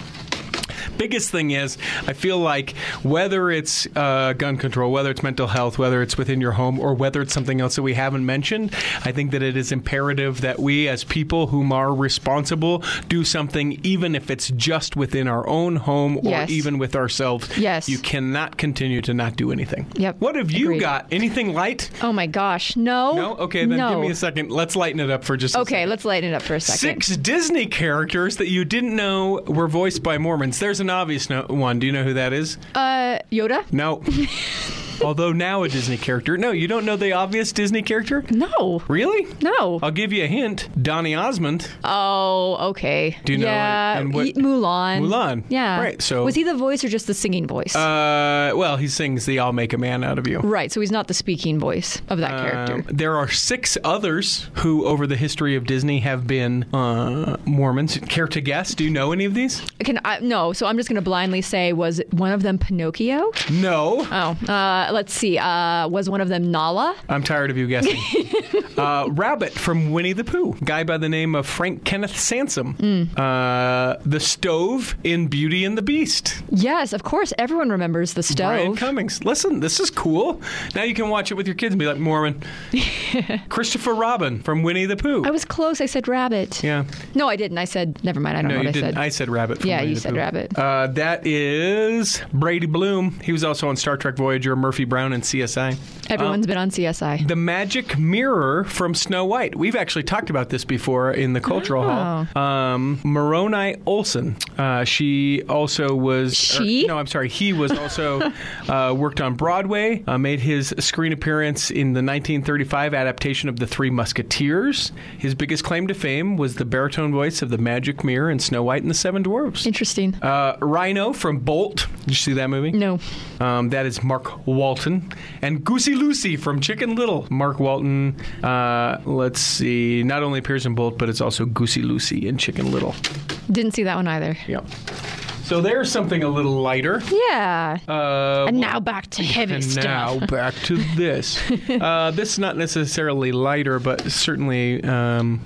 B: biggest thing is I feel like whether it's uh, gun control, whether it's mental health, whether it's within your home, or whether it's something else that we haven't mentioned, I think that it is imperative that we, as people whom are responsible, do something, even if it's just within our own home or
C: Yes.
B: even with ourselves.
C: Yes.
B: you cannot continue to not do anything.
C: Yep.
B: What have you
C: Agreed.
B: got? Anything light?
C: Oh my gosh. No.
B: No. Okay, then
C: no.
B: give me a second. Let's lighten it up for just. a
C: Okay,
B: second.
C: let's lighten it up for a second.
B: Six Disney characters that you didn't know were voiced by Mormons. There's an obvious no- one. Do you know who that is?
C: Uh, Yoda?
B: No. Although now a Disney character. No, you don't know the obvious Disney character?
C: No.
B: Really?
C: No.
B: I'll give you a hint. Donny Osmond.
C: Oh, okay.
B: Do you know
C: yeah,
B: it? And what-
C: Ye- Mulan.
B: Mulan.
C: Yeah.
B: Right, so-
C: was he the voice or just the singing voice?
B: Uh, well, he sings the I'll Make a Man Out of You.
C: right. So he's not the speaking voice of that
B: Um,
C: character.
B: there are six others who, over the history of Disney, have been uh, Mormons. Care to guess? Do you know any of these?
C: Can I? No. So I'm just going to blindly say, was one of them Pinocchio?
B: No.
C: Oh, uh, let's see. Uh, was one of them Nala?
B: I'm tired of you guessing. uh, Rabbit from Winnie the Pooh, guy by the name of Frank Kenneth Sansom.
C: Mm.
B: Uh, the stove in Beauty and the Beast.
C: Yes, of course. Everyone remembers the
B: Brian
C: stove.
B: Cummings. Listen, this is cool. Now you can watch it with your kids and be like Mormon. Christopher Robin from Winnie the Pooh.
C: I was close. I said rabbit.
B: yeah.
C: No, Oh. I didn't. I said never mind. I don't
B: No,
C: know what
B: you
C: I
B: didn't.
C: said.
B: I said rabbit. from
C: Yeah,
B: Winnie
C: you
B: the
C: said
B: Pooh.
C: rabbit.
B: Uh, that is Brady Bloom. He was also on Star Trek Voyager, Murphy Brown, and CSI. uh,
C: Everyone's been on CSI.
B: The magic mirror from Snow White. We've actually talked about this before in the cultural hall. Um, Moroni Olson. Uh, she also was. or-
C: She?
B: no, I'm sorry. He was also uh, worked on Broadway. Uh, made his screen appearance in the 1935 adaptation of The Three Musketeers. His biggest claim to fame was the baritone voice of the magic mirror in Snow White and the Seven Dwarfs.
C: Interesting.
B: Uh, Rhino from Bolt. Did you see that movie?
C: no.
B: Um, that is Mark Walton. And Goosey Lucy from Chicken Little. Mark Walton, uh, let's see, not only appears in Bolt, but it's also Goosey Lucy in Chicken Little.
C: Didn't see that one either.
B: Yep. So there's something a little lighter.
C: Yeah.
B: Uh,
C: and now back to heavy
B: and
C: stuff.
B: now back to this. uh, this is not necessarily lighter, but certainly um,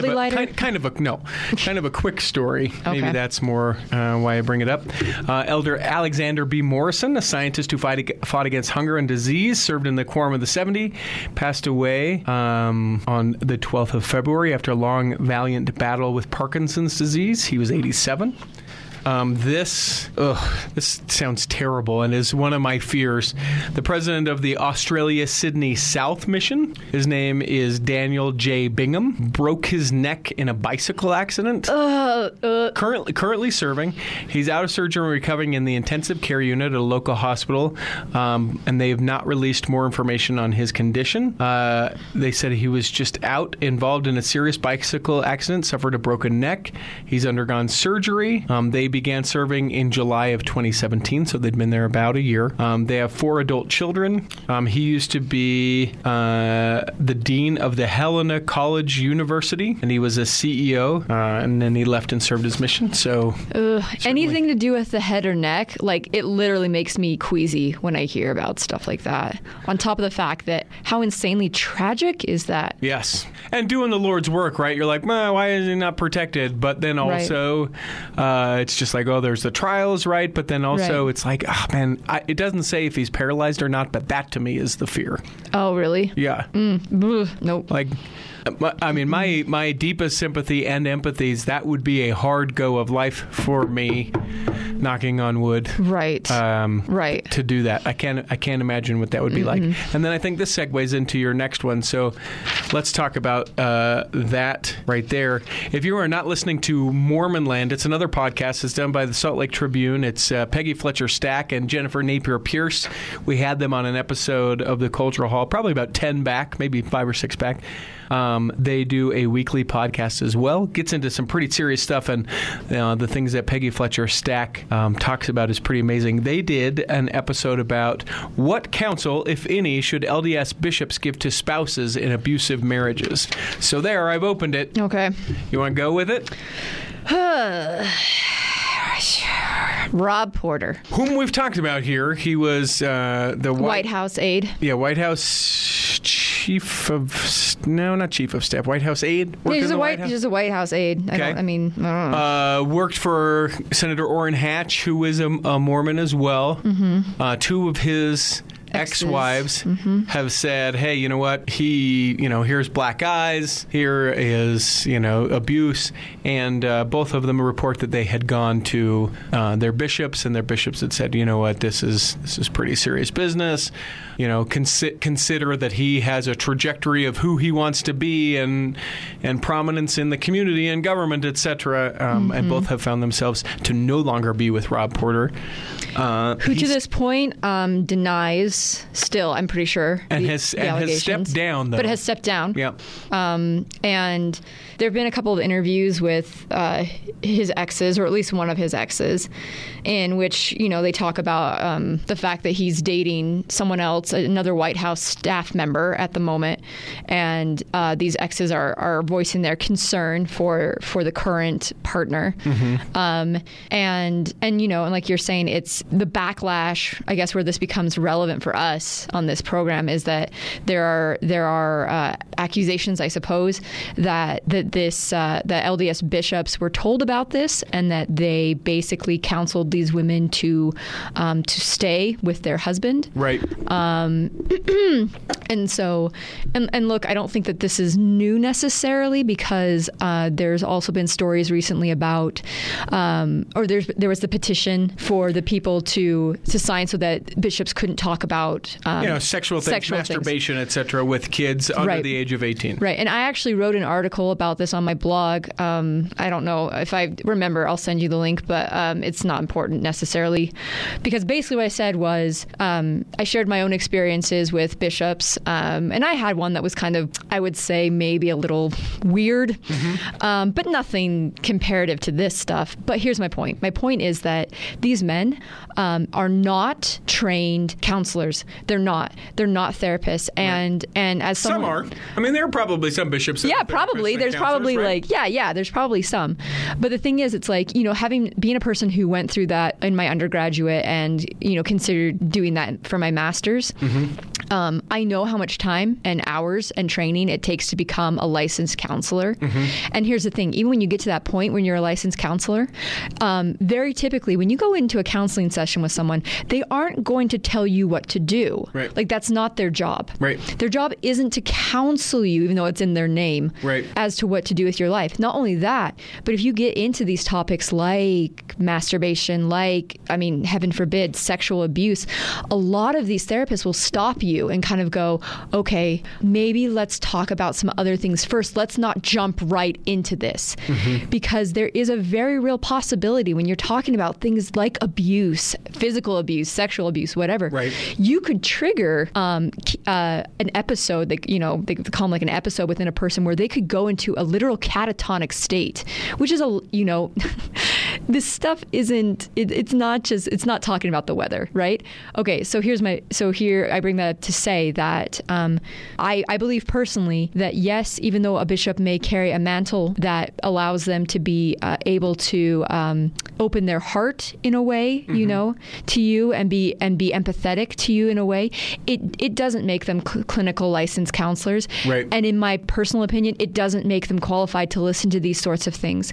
B: kind of a,
C: lighter?
B: Kind, kind of a no, kind of a quick story. Maybe
C: Okay.
B: that's more uh, why I bring it up. Uh, Elder Alexander B. Morrison, a scientist who fight, ag- fought against hunger and disease, served in the Quorum of the Seventy, passed away um, on the 12th of February after a long, valiant battle with Parkinson's disease. He was 87. Um, this, ugh, this sounds terrible and is one of my fears. The president of the Australia Sydney South Mission, his name is Daniel J. Bingham, broke his neck in a bicycle accident. Currently, currently serving, he's out of surgery and recovering in the intensive care unit at a local hospital, um, and they have not released more information on his condition. Uh, they said he was just out, involved in a serious bicycle accident, suffered a broken neck. He's undergone surgery. Um, they began serving in July of 2017, so they'd been there about a year. Um, they have four adult children. Um, he used to be uh, the dean of the Helena College University, and he was a CEO, uh, and then he left and served his mission. So
C: Anything to do with the head or neck, like it literally makes me queasy when I hear about stuff like that. On top of the fact that how insanely tragic is that?
B: Yes. And doing the Lord's work, right? You're like, "Well, why is he not protected? But then
C: Right.
B: also, uh, it's just like, oh, there's the trials, right? But then also,
C: Right.
B: it's like, oh, man, I, it doesn't say if he's paralyzed or not, but that to me is the fear.
C: Oh, really?
B: Yeah.
C: Ugh, nope.
B: Like, my- I mean, my, my deepest sympathy and empathies, that would be a hard go of life for me, knocking on wood.
C: Right.
B: Um,
C: right.
B: to do that. I can't I can't imagine what that would be like. And then I think this segues into your next one. So let's talk about uh, that right there. If you are not listening to Mormonland, it's another podcast. It's done by the Salt Lake Tribune. It's uh, Peggy Fletcher Stack and Jennifer Napier Pierce. We had them on an episode of the Cultural Hall, probably about ten back, maybe five or six back. Um, they do a weekly podcast as well. Gets into some pretty serious stuff, and uh, the things that Peggy Fletcher Stack um, talks about is pretty amazing. They did an episode about what counsel, if any, should LDS bishops give to spouses in abusive marriages. So there, I've opened it.
C: okay.
B: You want to go with it?
C: Rob Porter,
B: Whom we've talked about here, he was uh, the
C: White
B: White,
C: House aide.
B: yeah White House chief of s- no, not chief of staff, White House aide. worked
C: Yeah,
B: in
C: she's
B: the
C: a
B: White
C: white,
B: House.
C: she's a White House aide. I,
B: Okay.
C: don't, I mean, I don't know.
B: uh, worked for Senator Orrin Hatch, who is a, a Mormon as well. Uh, two of his
C: Exes.
B: ex-wives
C: Mm-hmm.
B: have said, "Hey, you know what? He, you know, here's black eyes. Here is, you know, abuse." And uh, both of them report that they had gone to uh, their bishops, and their bishops had said, "You know what? This is this is pretty serious business. You know, consi- consider that he has a trajectory of who he wants to be and and prominence in the community and government, etc." Um,
C: Mm-hmm.
B: And both have found themselves to no longer be with Rob Porter. Uh,
C: who to
B: he's-
C: this point um, denies still i'm pretty sure
B: And has- and has stepped
C: allegations.
B: down, though.
C: but has stepped down
B: Yeah.
C: um, and there have been a couple of interviews with uh, his exes or at least one of his exes in which you know they talk about um, the fact that he's dating someone else another white house staff member at the moment and uh, these exes are, are voicing their concern for for the current partner um, and and you know and like you're saying it's the backlash i guess where this becomes relevant for us on this program is that there are there are uh, accusations i suppose that that this uh, that lds bishops were told about this and that they basically counseled these women to um, to stay with their husband
B: Right.
C: and so, and, and look, I don't think that this is new necessarily because uh, there's also been stories recently about, um, or there's there was the petition for the people to to sign so that bishops couldn't talk about um,
B: you know, sexual things,
C: sexual things.
B: masturbation, etc., with kids under
C: Right.
B: the age of 18.
C: Right. And I actually wrote an article about this on my blog. Um, I don't know if I remember, I'll send you the link, but um, it's not important necessarily. Because basically, what I said was um, I shared my own experiences with bishops, um, and I had one that was kind of, I would say, maybe a little weird,
B: Mm-hmm.
C: um, but nothing comparative to this stuff. But here's my point my point is that these men um, are not trained counselors, they're not. They're not therapists. And, and as
B: Some
C: someone-
B: are. I mean, there are probably some bishops. that
C: yeah
B: are
C: probably
B: Christian
C: there's
B: counselors,
C: probably
B: right?
C: like yeah yeah there's probably some but the thing is it's like you know having being a person who went through that in my undergraduate and you know considered doing that for my master's
B: Mm-hmm.
C: um, i know how much time and hours and training it takes to become a licensed counselor
B: Mm-hmm.
C: and here's the thing even when you get to that point when you're a licensed counselor um, very typically when you go into a counseling session with someone they aren't going to tell you what to do
B: Right.
C: like that's not their job
B: Right.
C: their job isn't to counsel you, even though it's in their name,
B: Right.
C: as to what to do with your life. Not only that, but if you get into these topics like masturbation, like, I mean, heaven forbid, sexual abuse, a lot of these therapists will stop you and kind of go, okay, maybe let's talk about some other things first. Let's not jump right into this.
B: Mm-hmm.
C: Because there is a very real possibility when you're talking about things like abuse, physical abuse, sexual abuse, whatever,
B: Right.
C: you could trigger um, k- uh, an episode that you know they call them like an episode within a person where they could go into a literal catatonic state, which is a you know. this stuff isn't it, it's not just it's not talking about the weather right okay so here's my so here i bring that up to say that um, I, I believe personally that yes even though a bishop may carry a mantle that allows them to be uh, able to um, open their heart in a way you know to you and be and be empathetic to you in a way it it doesn't make them cl- clinical licensed counselors
B: Right.
C: and in my personal opinion it doesn't make them qualified to listen to these sorts of things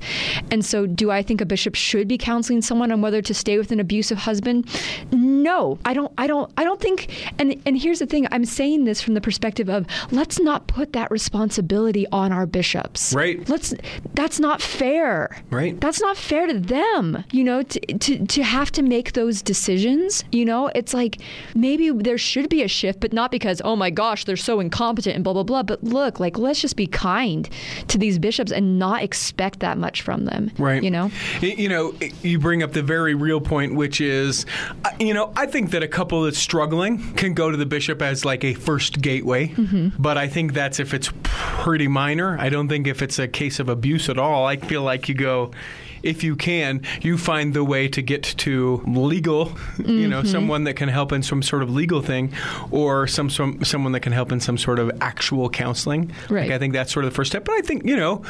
C: and so do i think a bishop should be counseling someone on whether to stay with an abusive husband no i don't i don't i don't think and and here's the thing i'm saying this from the perspective of let's not put that responsibility on our bishops
B: Right.
C: let's that's not fair
B: Right.
C: that's not fair to them you know to, to to have to make those decisions you know it's like maybe there should be a shift but not because oh my gosh they're so incompetent and blah blah blah but look like let's just be kind to these bishops and not expect that much from them
B: Right.
C: you know
B: Y- You know, you bring up the very real point, which is, uh, you know, I think that a couple that's struggling can go to the bishop as like a first gateway,
C: Mm-hmm.
B: but I think that's if it's pretty minor. I don't think if it's a case of abuse at all. I feel like you go. If you can, you find the way to get to legal, you
C: Mm-hmm.
B: know, someone that can help in some sort of legal thing, or some, some someone that can help in some sort of actual counseling.
C: Right.
B: Like I think that's sort of the first step. But I think you know,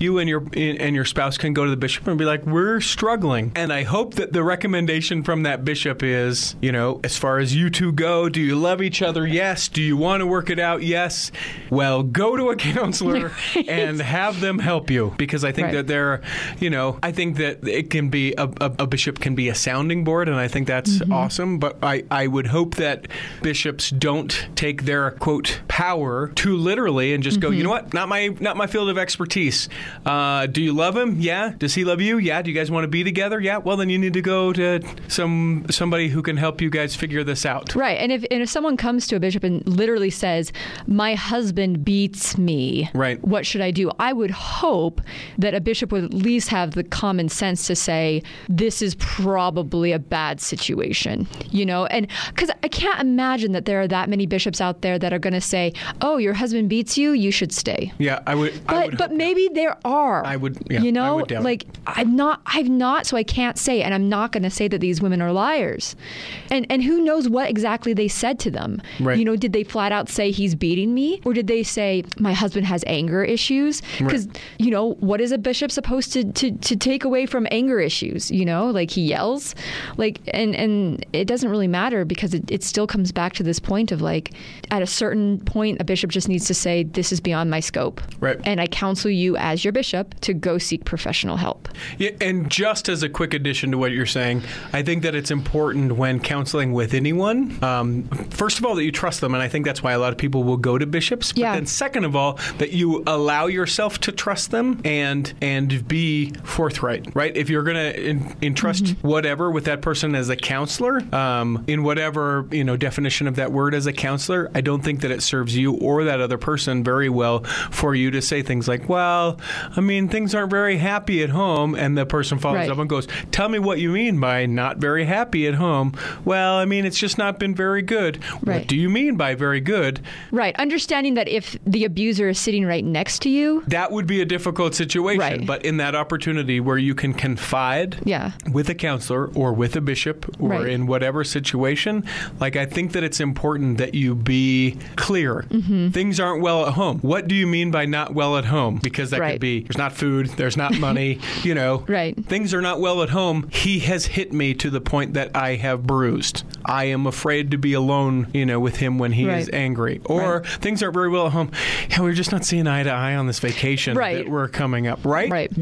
B: you and your and your spouse can go to the bishop and be like, "We're struggling," and I hope that the recommendation from that bishop is, you know, as far as you two go, do you love each other? Yes. Do you want to work it out? Yes. Well, go to a counselor and have them help you because I think
C: Right.
B: that they're, you know, I think that it can be a, a, a bishop can be a sounding board, and I think that's
C: Mm-hmm.
B: awesome. But I I would hope that bishops don't take their quote power too literally and just go,
C: Mm-hmm.
B: you know what, not my not my field of expertise. Uh, do you love him? Yeah. Does he love you? Yeah. Do you guys want to be together? Yeah. Well, then you need to go to some somebody who can help you guys figure this out.
C: right and if and if someone comes to a bishop and literally says my husband beats me
B: Right.
C: what should i do i would hope that a bishop would at least have the common sense to say this is probably a bad situation you know and because i can't imagine that there are that many bishops out there that are going to say oh your husband beats you you should stay
B: Yeah. I would. I would
C: but but
B: hope-
C: maybe there are.
B: I would- yeah, I
C: you know,
B: would doubt it.
C: like I'm not. I've not. So I can't say, and I'm not going to say that these women are liars. And and who knows what exactly they said to them?
B: Right.
C: You know, did they flat out say he's beating me, or did they say my husband has anger issues? Because you know, what is a bishop supposed to, to to take away from anger issues? You know, like he yells, like and and it doesn't really matter because it, it still comes back to this point of like at a certain point a bishop just needs to say this is beyond my scope
B: Right.
C: and I counsel you as your bishop to go seek professional help.
B: Yeah, and just as a quick addition to what you're saying, I think that it's important when counseling with anyone, um, first of all, that you trust them. And I think that's why a lot of people will go to bishops. But
C: Yeah.
B: then, second of all, that you allow yourself to trust them and and be forthright, right? If you're going to entrust
C: Mm-hmm.
B: whatever with that person as a counselor, um, in whatever you know definition of that word as a counselor, I don't think that it serves you or that other person very well for you to say things like, "Well, I mean, things aren't very happy at home," and the person follows
C: Right.
B: up and goes, "Tell me what you mean by not very happy at home." Well, I mean, it's just not been very good. What
C: Right.
B: do you mean by very good?
C: Right. Understanding that if the abuser is sitting right next to you,
B: that would be a difficult situation.
C: Right.
B: But in that opportunity where you can confide
C: Yeah.
B: with a counselor or with a bishop or
C: Right.
B: in whatever situation, like I think that it's important that you be clear.
C: Mm-hmm.
B: Things aren't well at home. What do you mean by not well at home? Because that could
C: Right.
B: be there's not food, there's not money, you know.
C: Right.
B: Things are not well at home. He has hit me to the point that I have bruised. I am afraid to be alone, you know, with him when he is
C: Right.
B: angry. Or things aren't very well at home. Yeah, we're just not seeing eye to eye on this vacation
C: Right.
B: that we're coming up, right?
C: Right.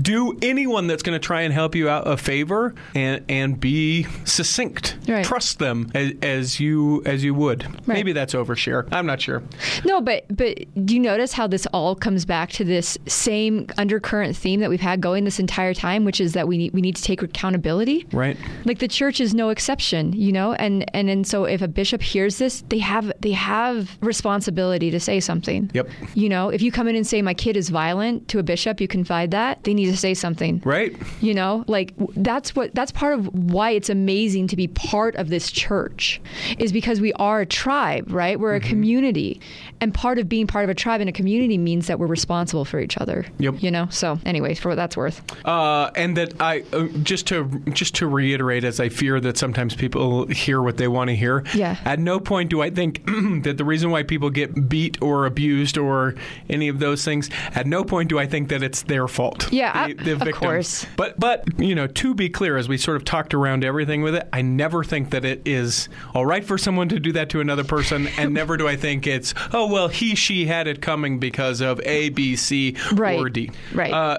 B: Do anyone that's going to try and help you out a favor and and be succinct.
C: Right.
B: Trust them as, as you as you would. Maybe that's overshare. I'm not sure.
C: No, but but do you notice how this all comes back to this same undercurrent theme that we've had going this entire time, which is that we need we need to take accountability.
B: Right.
C: Like the church is no exception, you know, and and and so if a bishop hears this, they have they have responsibility to say something.
B: Yep.
C: You know, if you come in and say my kid is violent to a bishop, you confide that they need to say something.
B: Right.
C: You know, like w- that's what that's part of why it's amazing to be part of this church is because we are a tribe, right? We're
B: Mm-hmm.
C: a community. And part of being part of a tribe and a community means that we're responsible for each other.
B: Yep.
C: You know? So, anyway, for what that's worth.
B: Uh, and that I uh, just to just to reiterate, as I fear that sometimes people hear what they want to hear.
C: Yeah.
B: At no point do I think that the reason why people get beat or abused or any of those things. At no point do I think that it's their fault.
C: Yeah, I-
B: The, the
C: of
B: victims.
C: course.
B: But but you know, to be clear, as we sort of talked around everything with it, I never think that it is all right for someone to do that to another person, and never do I think it's oh well he she had it coming because of A B C
C: Right.
B: or D.
C: Right.
B: Uh,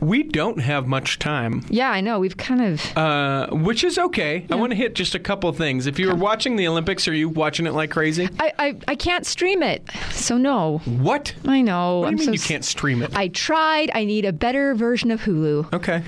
B: we don't have much time.
C: Yeah, I know. We've kind of
B: Uh, which is okay. I want to hit just a couple things. If you're watching the Olympics, are you watching it like crazy?
C: I, I I can't stream it. So no.
B: What?
C: I know.
B: What do you
C: I'm
B: mean
C: so
B: you
C: s-
B: can't stream it?
C: I tried. I need a better version of Hulu.
B: Okay.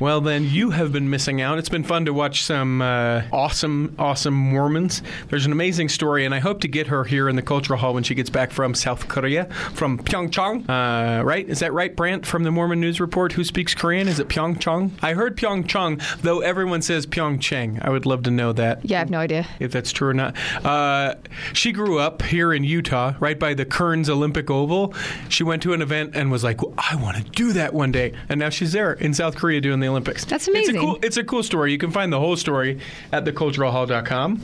B: Well, then you have been missing out. It's been fun to watch some uh, awesome, awesome Mormons. There's an amazing story, and I hope to get her here in the Cultural Hall when she gets back from South Korea, from Pyeongchang. Uh, right? Is that right, Brant, from the Mormon News Report? Who speaks Korean? Is it Pyeongchang? I heard Pyeongchang, though everyone says Pyeongchang. I would love to know that.
C: Yeah, I have no idea.
B: if that's true or not. Uh, she grew up here in Utah, right by the Kearns Olympic Oval. She went to an event and was like, well, "I want to do that one day." And now she's there in South Korea doing the Olympics. It's
C: That's
B: a
C: amazing.
B: cool, it's a cool story. You can find the whole story at theculturalhall.com.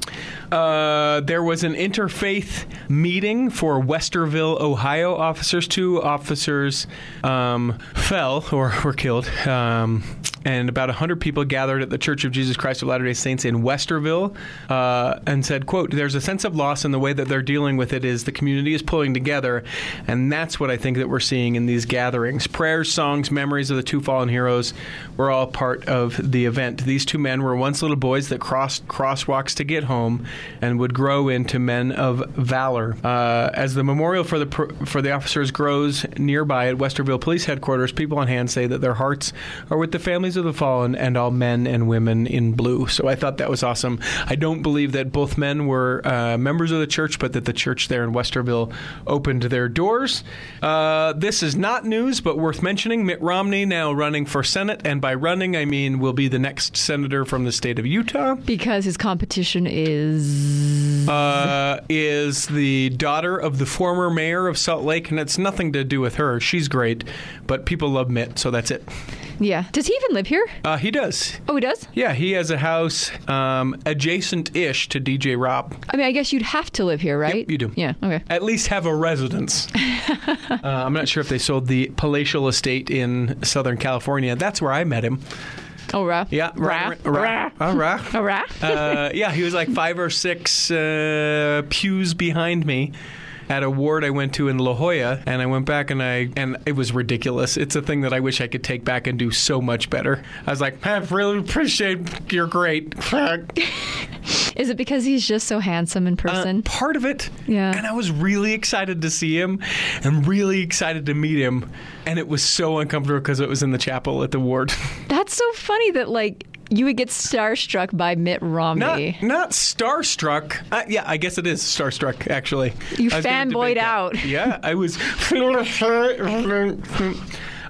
B: Uh, there was an interfaith meeting for Westerville, Ohio officers. Two officers um, fell or were killed. Um, and about 100 people gathered at the Church of Jesus Christ of Latter-day Saints in Westerville uh, and said, quote, there's a sense of loss and the way that they're dealing with it is the community is pulling together. And that's what I think that we're seeing in these gatherings. Prayers, songs, memories of the two fallen heroes were all part of the event. These two men were once little boys that crossed crosswalks to get home and would grow into men of valor. Uh, as the memorial for the pr- for the officers grows nearby at Westerville Police Headquarters, people on hand say that their hearts are with the families of the fallen and all men and women in blue. So I thought that was awesome. I don't believe that both men were uh, members of the church, but that the church there in Westerville opened their doors. Uh, this is not news, but worth mentioning. Mitt Romney now running for Senate, and by running, I mean will be the next senator from the state of Utah.
C: Because his competition is
B: Uh, is the daughter of the former mayor of Salt Lake, and it's nothing to do with her. She's great, but people love Mitt, so that's it.
C: yeah. Does he even live here?
B: Uh, he does.
C: Oh, he does.
B: Yeah, he has a house um, adjacent ish to DJ Rob.
C: I mean, I guess you'd have to live here, right?
B: you do.
C: Yeah. Okay.
B: At least have a residence. uh, I'm not sure if they sold the palatial estate in Southern California. That's where I met him.
C: Oh, rah.
B: Yeah,
C: Rah.
B: right. Right. All right.
C: Oh, rah.
B: uh, yeah, he was like five or six uh, pews behind me at a ward I went to in La Jolla, and I went back and I and it was ridiculous. It's a thing that I wish I could take back and do so much better. I was like, I really appreciate you're great.
C: Is it because he's just so handsome
B: Uh,
C: in person?
B: Part of it,
C: Yeah.
B: And I was really excited to see him, and really excited to meet him, and it was so uncomfortable because it was in the chapel at the ward.
C: That's so funny that like you would get starstruck by Mitt
B: Not,
C: Romney.
B: not starstruck. Uh, yeah, I guess it is starstruck. Actually,
C: You
B: I was gonna debate
C: fanboyed
B: that.
C: out.
B: Yeah, I was.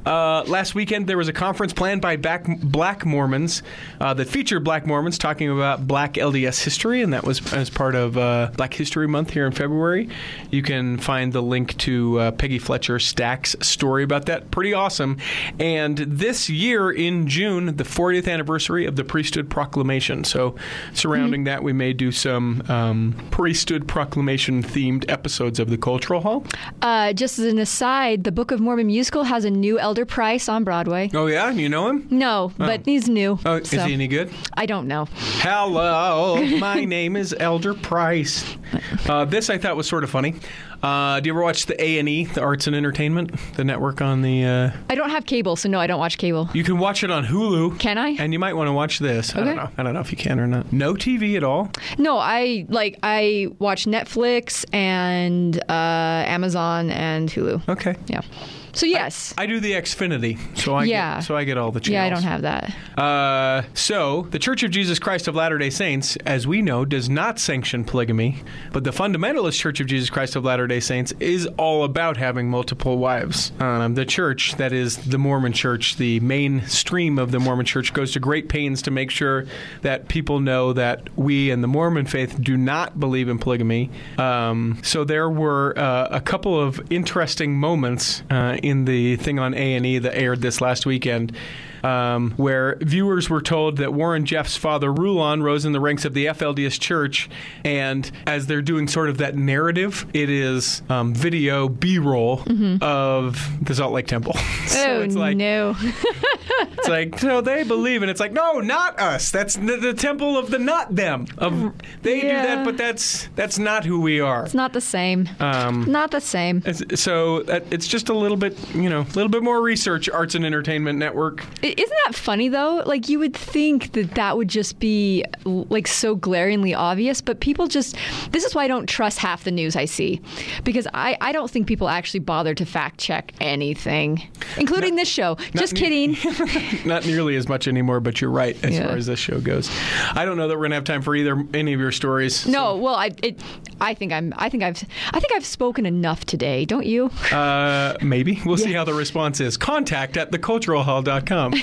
B: Uh, last weekend, there was a conference planned by back, Black Mormons uh, that featured Black Mormons talking about Black LDS history, and that was as part of uh, Black History Month here in February. You can find the link to uh, Peggy Fletcher Stack's story about that. Pretty awesome. And this year in June, the 40th anniversary of the Priesthood Proclamation. So, surrounding that, we may do some um, priesthood proclamation themed episodes of the Cultural Hall.
C: Uh, just as an aside, the Book of Mormon musical has a new Elder Price on Broadway.
B: Oh, yeah? You know him?
C: No, but he's new.
B: Oh,
C: Mm-hmm. so
B: is he any good?
C: I don't know.
B: Hello, my name is Elder Price. Uh, this I thought was sort of funny. Uh, do you ever watch the A and E, the Arts and Entertainment, the network on the? Uh,
C: I don't have cable, so no, I don't watch cable.
B: you can watch it on Hulu.
C: Can I?
B: And you might want to watch this. I don't
C: Okay.
B: know. I don't know if you can or not. No TV at all.
C: No, I like I watch Netflix and uh, Amazon and Hulu.
B: Okay.
C: Yeah. So yes.
B: I do the Xfinity, so I
C: Yeah.
B: get, so I get all the channels.
C: yeah, I don't have that.
B: Uh, so, the Church of Jesus Christ of Latter day Saints, as we know, does not sanction polygamy, but the Fundamentalist Church of Jesus Christ of Latter Latter-day Saints is all about having multiple wives. Um, the church, that is the Mormon church, the mainstream of the Mormon church, goes to great pains to make sure that people know that we in the Mormon faith do not believe in polygamy. Um, so there were uh, a couple of interesting moments uh, in the thing on A&E that aired this last weekend um, where viewers were told that Warren Jeff's father, Rulon, rose in the ranks of the FLDS Church. And as they're doing sort of that narrative, it is um, video B roll of the Salt Lake Temple. so
C: Mm-hmm. oh
B: it's like,
C: no!
B: it's like, so they believe, and it's like, no, not us. That's the, the temple of the not them. Of they do that,
C: Yeah.
B: but that's that's not who we are.
C: It's not the same.
B: Um,
C: not the same.
B: it's- so that- it's just a little bit, you know, a little bit more research, Arts and Entertainment Network.
C: I- Isn't that funny though? Like you would think that that would just be like so glaringly obvious, but people just this is why I don't trust half the news I see because I I don't think people actually bother to fact check anything, including this show. Just
B: ne-
C: kidding.
B: not nearly as much anymore, but you're right as
C: Yeah.
B: far as this show goes. I don't know that we're gonna have time for either any of your stories.
C: no, well I it I think I'm I think I've I think I've spoken enough today, don't you?
B: Uh, maybe we'll see how the response is. Contact at theculturalhall.com.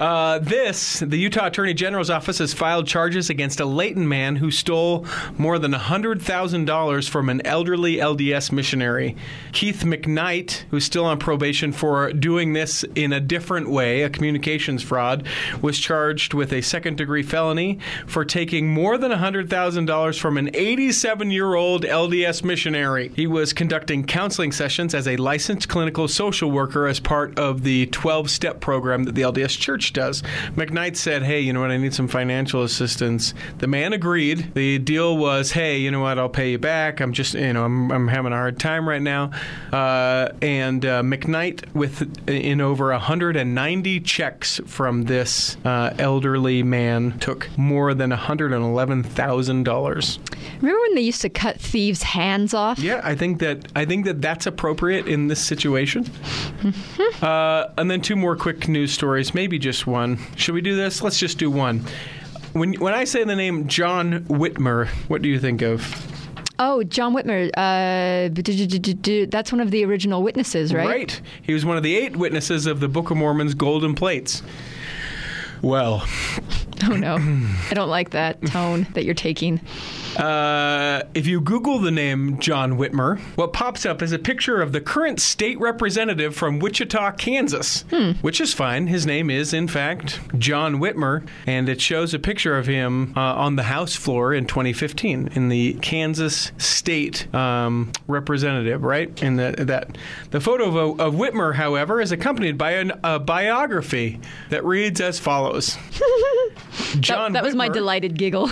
B: uh, this the Utah Attorney General's office has filed charges against a Layton man who stole more than hundred thousand dollars from an elderly LDS missionary, Keith McKnight, who's still on probation for doing this in a different way, a communications fraud, was charged with a second-degree felony for taking more than hundred thousand dollars from an 87-year-old LDS missionary. He was conducting counseling sessions as a licensed clinical social worker as part of the 12 step program that the LDS Church does. McKnight said, Hey, you know what? I need some financial assistance. The man agreed. The deal was, Hey, you know what? I'll pay you back. I'm just, you know, I'm, I'm having a hard time right now. Uh, and uh, McKnight, with in over 190 checks from this uh, elderly man, took more than $111,000.
C: Remember when they used to cut thieves' hands off?
B: Yeah, I think that I think that that's appropriate in this situation. uh, and then two more quick news stories, maybe just one. Should we do this? Let's just do one. When when I say the name John Whitmer, what do you think of?
C: Oh, John Whitmer. Uh, d- d- d- d- d- that's one of the original witnesses, right?
B: He was one of the eight witnesses of the Book of Mormon's golden plates. Well,
C: Oh no, I don't like that tone that you're taking.
B: Uh, if you Google the name John Whitmer, what pops up is a picture of the current state representative from Wichita, Kansas,
C: Hmm.
B: which is fine. His name is, in fact, John Whitmer, and it shows a picture of him uh, on the House floor in 2015 in the Kansas state um, representative, right? And the, that the photo of, of Whitmer, however, is accompanied by an, a biography that reads as follows. John
C: That, that was my
B: Whitmer-
C: delighted giggle.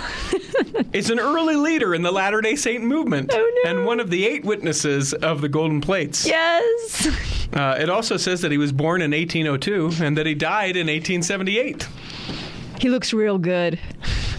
B: is an early leader in the Latter day Saint movement
C: Oh, no.
B: and one of the eight witnesses of the Golden Plates.
C: yes.
B: Uh, it also says that he was born in 1802 and that he died in 1878.
C: He looks real good.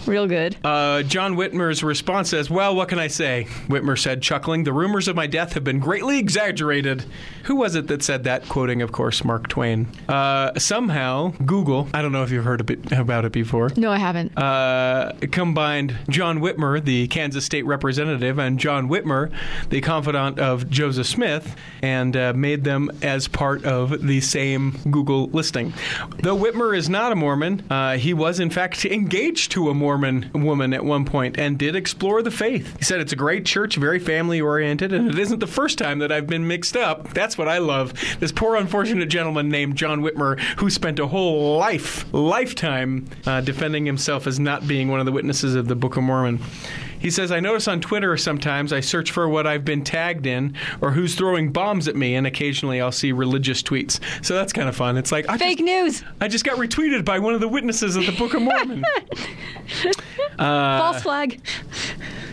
C: Real good.
B: Uh, John Whitmer's response says, Well, what can I say? Whitmer said, chuckling, The rumors of my death have been greatly exaggerated. Who was it that said that? Quoting, of course, Mark Twain. Uh, somehow, Google, I don't know if you've heard a bit about it before.
C: no, I haven't.
B: uh, combined John Whitmer, the Kansas State representative, and John Whitmer, the confidant of Joseph Smith, and uh, made them as part of the same Google listing. Though Whitmer is not a Mormon, uh, he was in fact engaged to a Mormon woman at one point and did explore the faith. He said it's a great church, very family oriented, and it isn't the first time that I've been mixed up. That's what I love. This poor unfortunate gentleman named John Whitmer, who spent a whole life, lifetime, uh, defending himself as not being one of the witnesses of the Book of Mormon. He says, I notice on Twitter sometimes I search for what I've been tagged in or who's throwing bombs at me, and occasionally I'll see religious tweets. So that's kind of fun. It's like, I just-
C: Fake news.
B: I just got retweeted by one of the witnesses of the Book of Mormon.
C: False flag.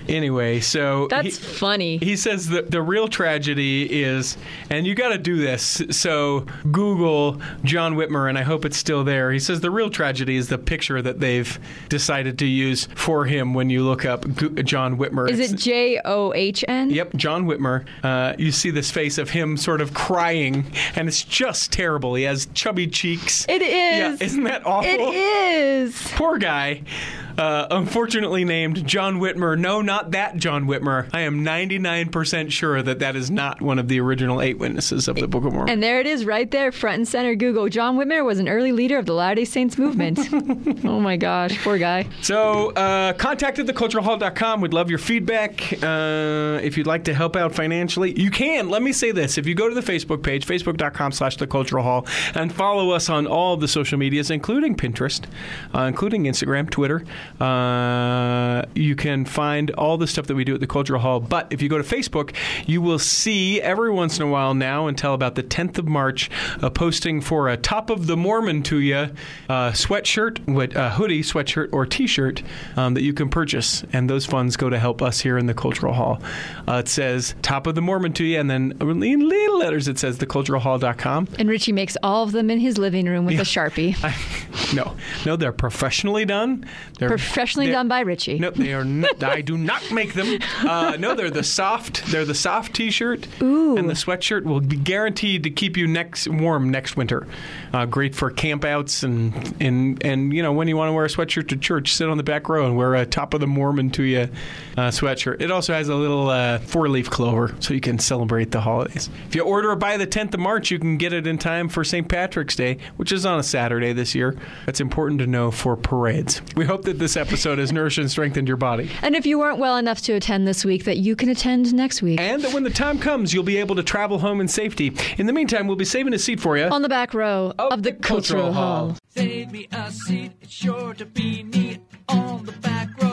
B: anyway, so.
C: That's
B: uh, he-
C: funny.
B: He says that the real tragedy is, and you got to do this. So Google John Whitmer, and I hope it's still there. He says the real tragedy is the picture that they've decided to use for him when you look up Go- John Whitmer.
C: Is
B: It's-
C: it J O H N?
B: Yep, John Whitmer. Uh, you see this face of him sort of crying, and it's just terrible. He has chubby cheeks.
C: It is.
B: Yeah, isn't that awful?
C: It is.
B: Poor guy. uh, unfortunately named John Whitmer. No, not that John Whitmer. I am 99% sure that that is not one of the original eight witnesses of the Book of Mormon.
C: And there it is, right there, front and center. Google. John Whitmer was an early leader of the Latter Day Saints movement. oh my gosh, poor guy.
B: So, uh, contact at theculturalhall.com. We'd love your feedback. Uh, if you'd like to help out financially, you can. Let me say this. If you go to the Facebook page, facebook.com slash theculturalhall, and follow us on all the social medias, including Pinterest, uh, including Instagram, Twitter, uh, you can find all the stuff that we do at the Cultural Hall. But if you go to Facebook, you will see every once in a while now until about the 10th of March a posting for a Top of the Mormon to you uh, sweatshirt, with a hoodie, sweatshirt, or t shirt um, that you can purchase. And those funds go to help us here in the Cultural Hall. Uh, it says Top of the Mormon to you, and then in little letters it says theculturalhall.com.
C: And Richie makes all of them in his living room with a sharpie.
B: I, no, no, they're professionally done. They're
C: Professionally
B: they're-
C: done by Richie.
B: No, they are. Not, I do not make them. Uh, no, they're the soft. They're the soft T-shirt, and the sweatshirt will be guaranteed to keep you next warm next winter. Uh, great for campouts and and and you know when you want to wear a sweatshirt to church, sit on the back row and wear a top of the Mormon to you uh, sweatshirt. It also has a little uh, four-leaf clover, so you can celebrate the holidays. If you order it by the 10th of March, you can get it in time for St. Patrick's Day, which is on a Saturday this year. That's important to know for parades. We hope that this episode has nourished and strengthened your body.
C: And if you weren't well enough to attend this week, that you can attend next week.
B: And that when the time comes, you'll be able to travel home in safety. In the meantime, we'll be saving a seat for you.
C: on the back row
B: Of
C: of the
B: the Cultural
C: Cultural
B: Hall.
C: Hall.
A: Save me a seat, it's sure to be neat on the back row.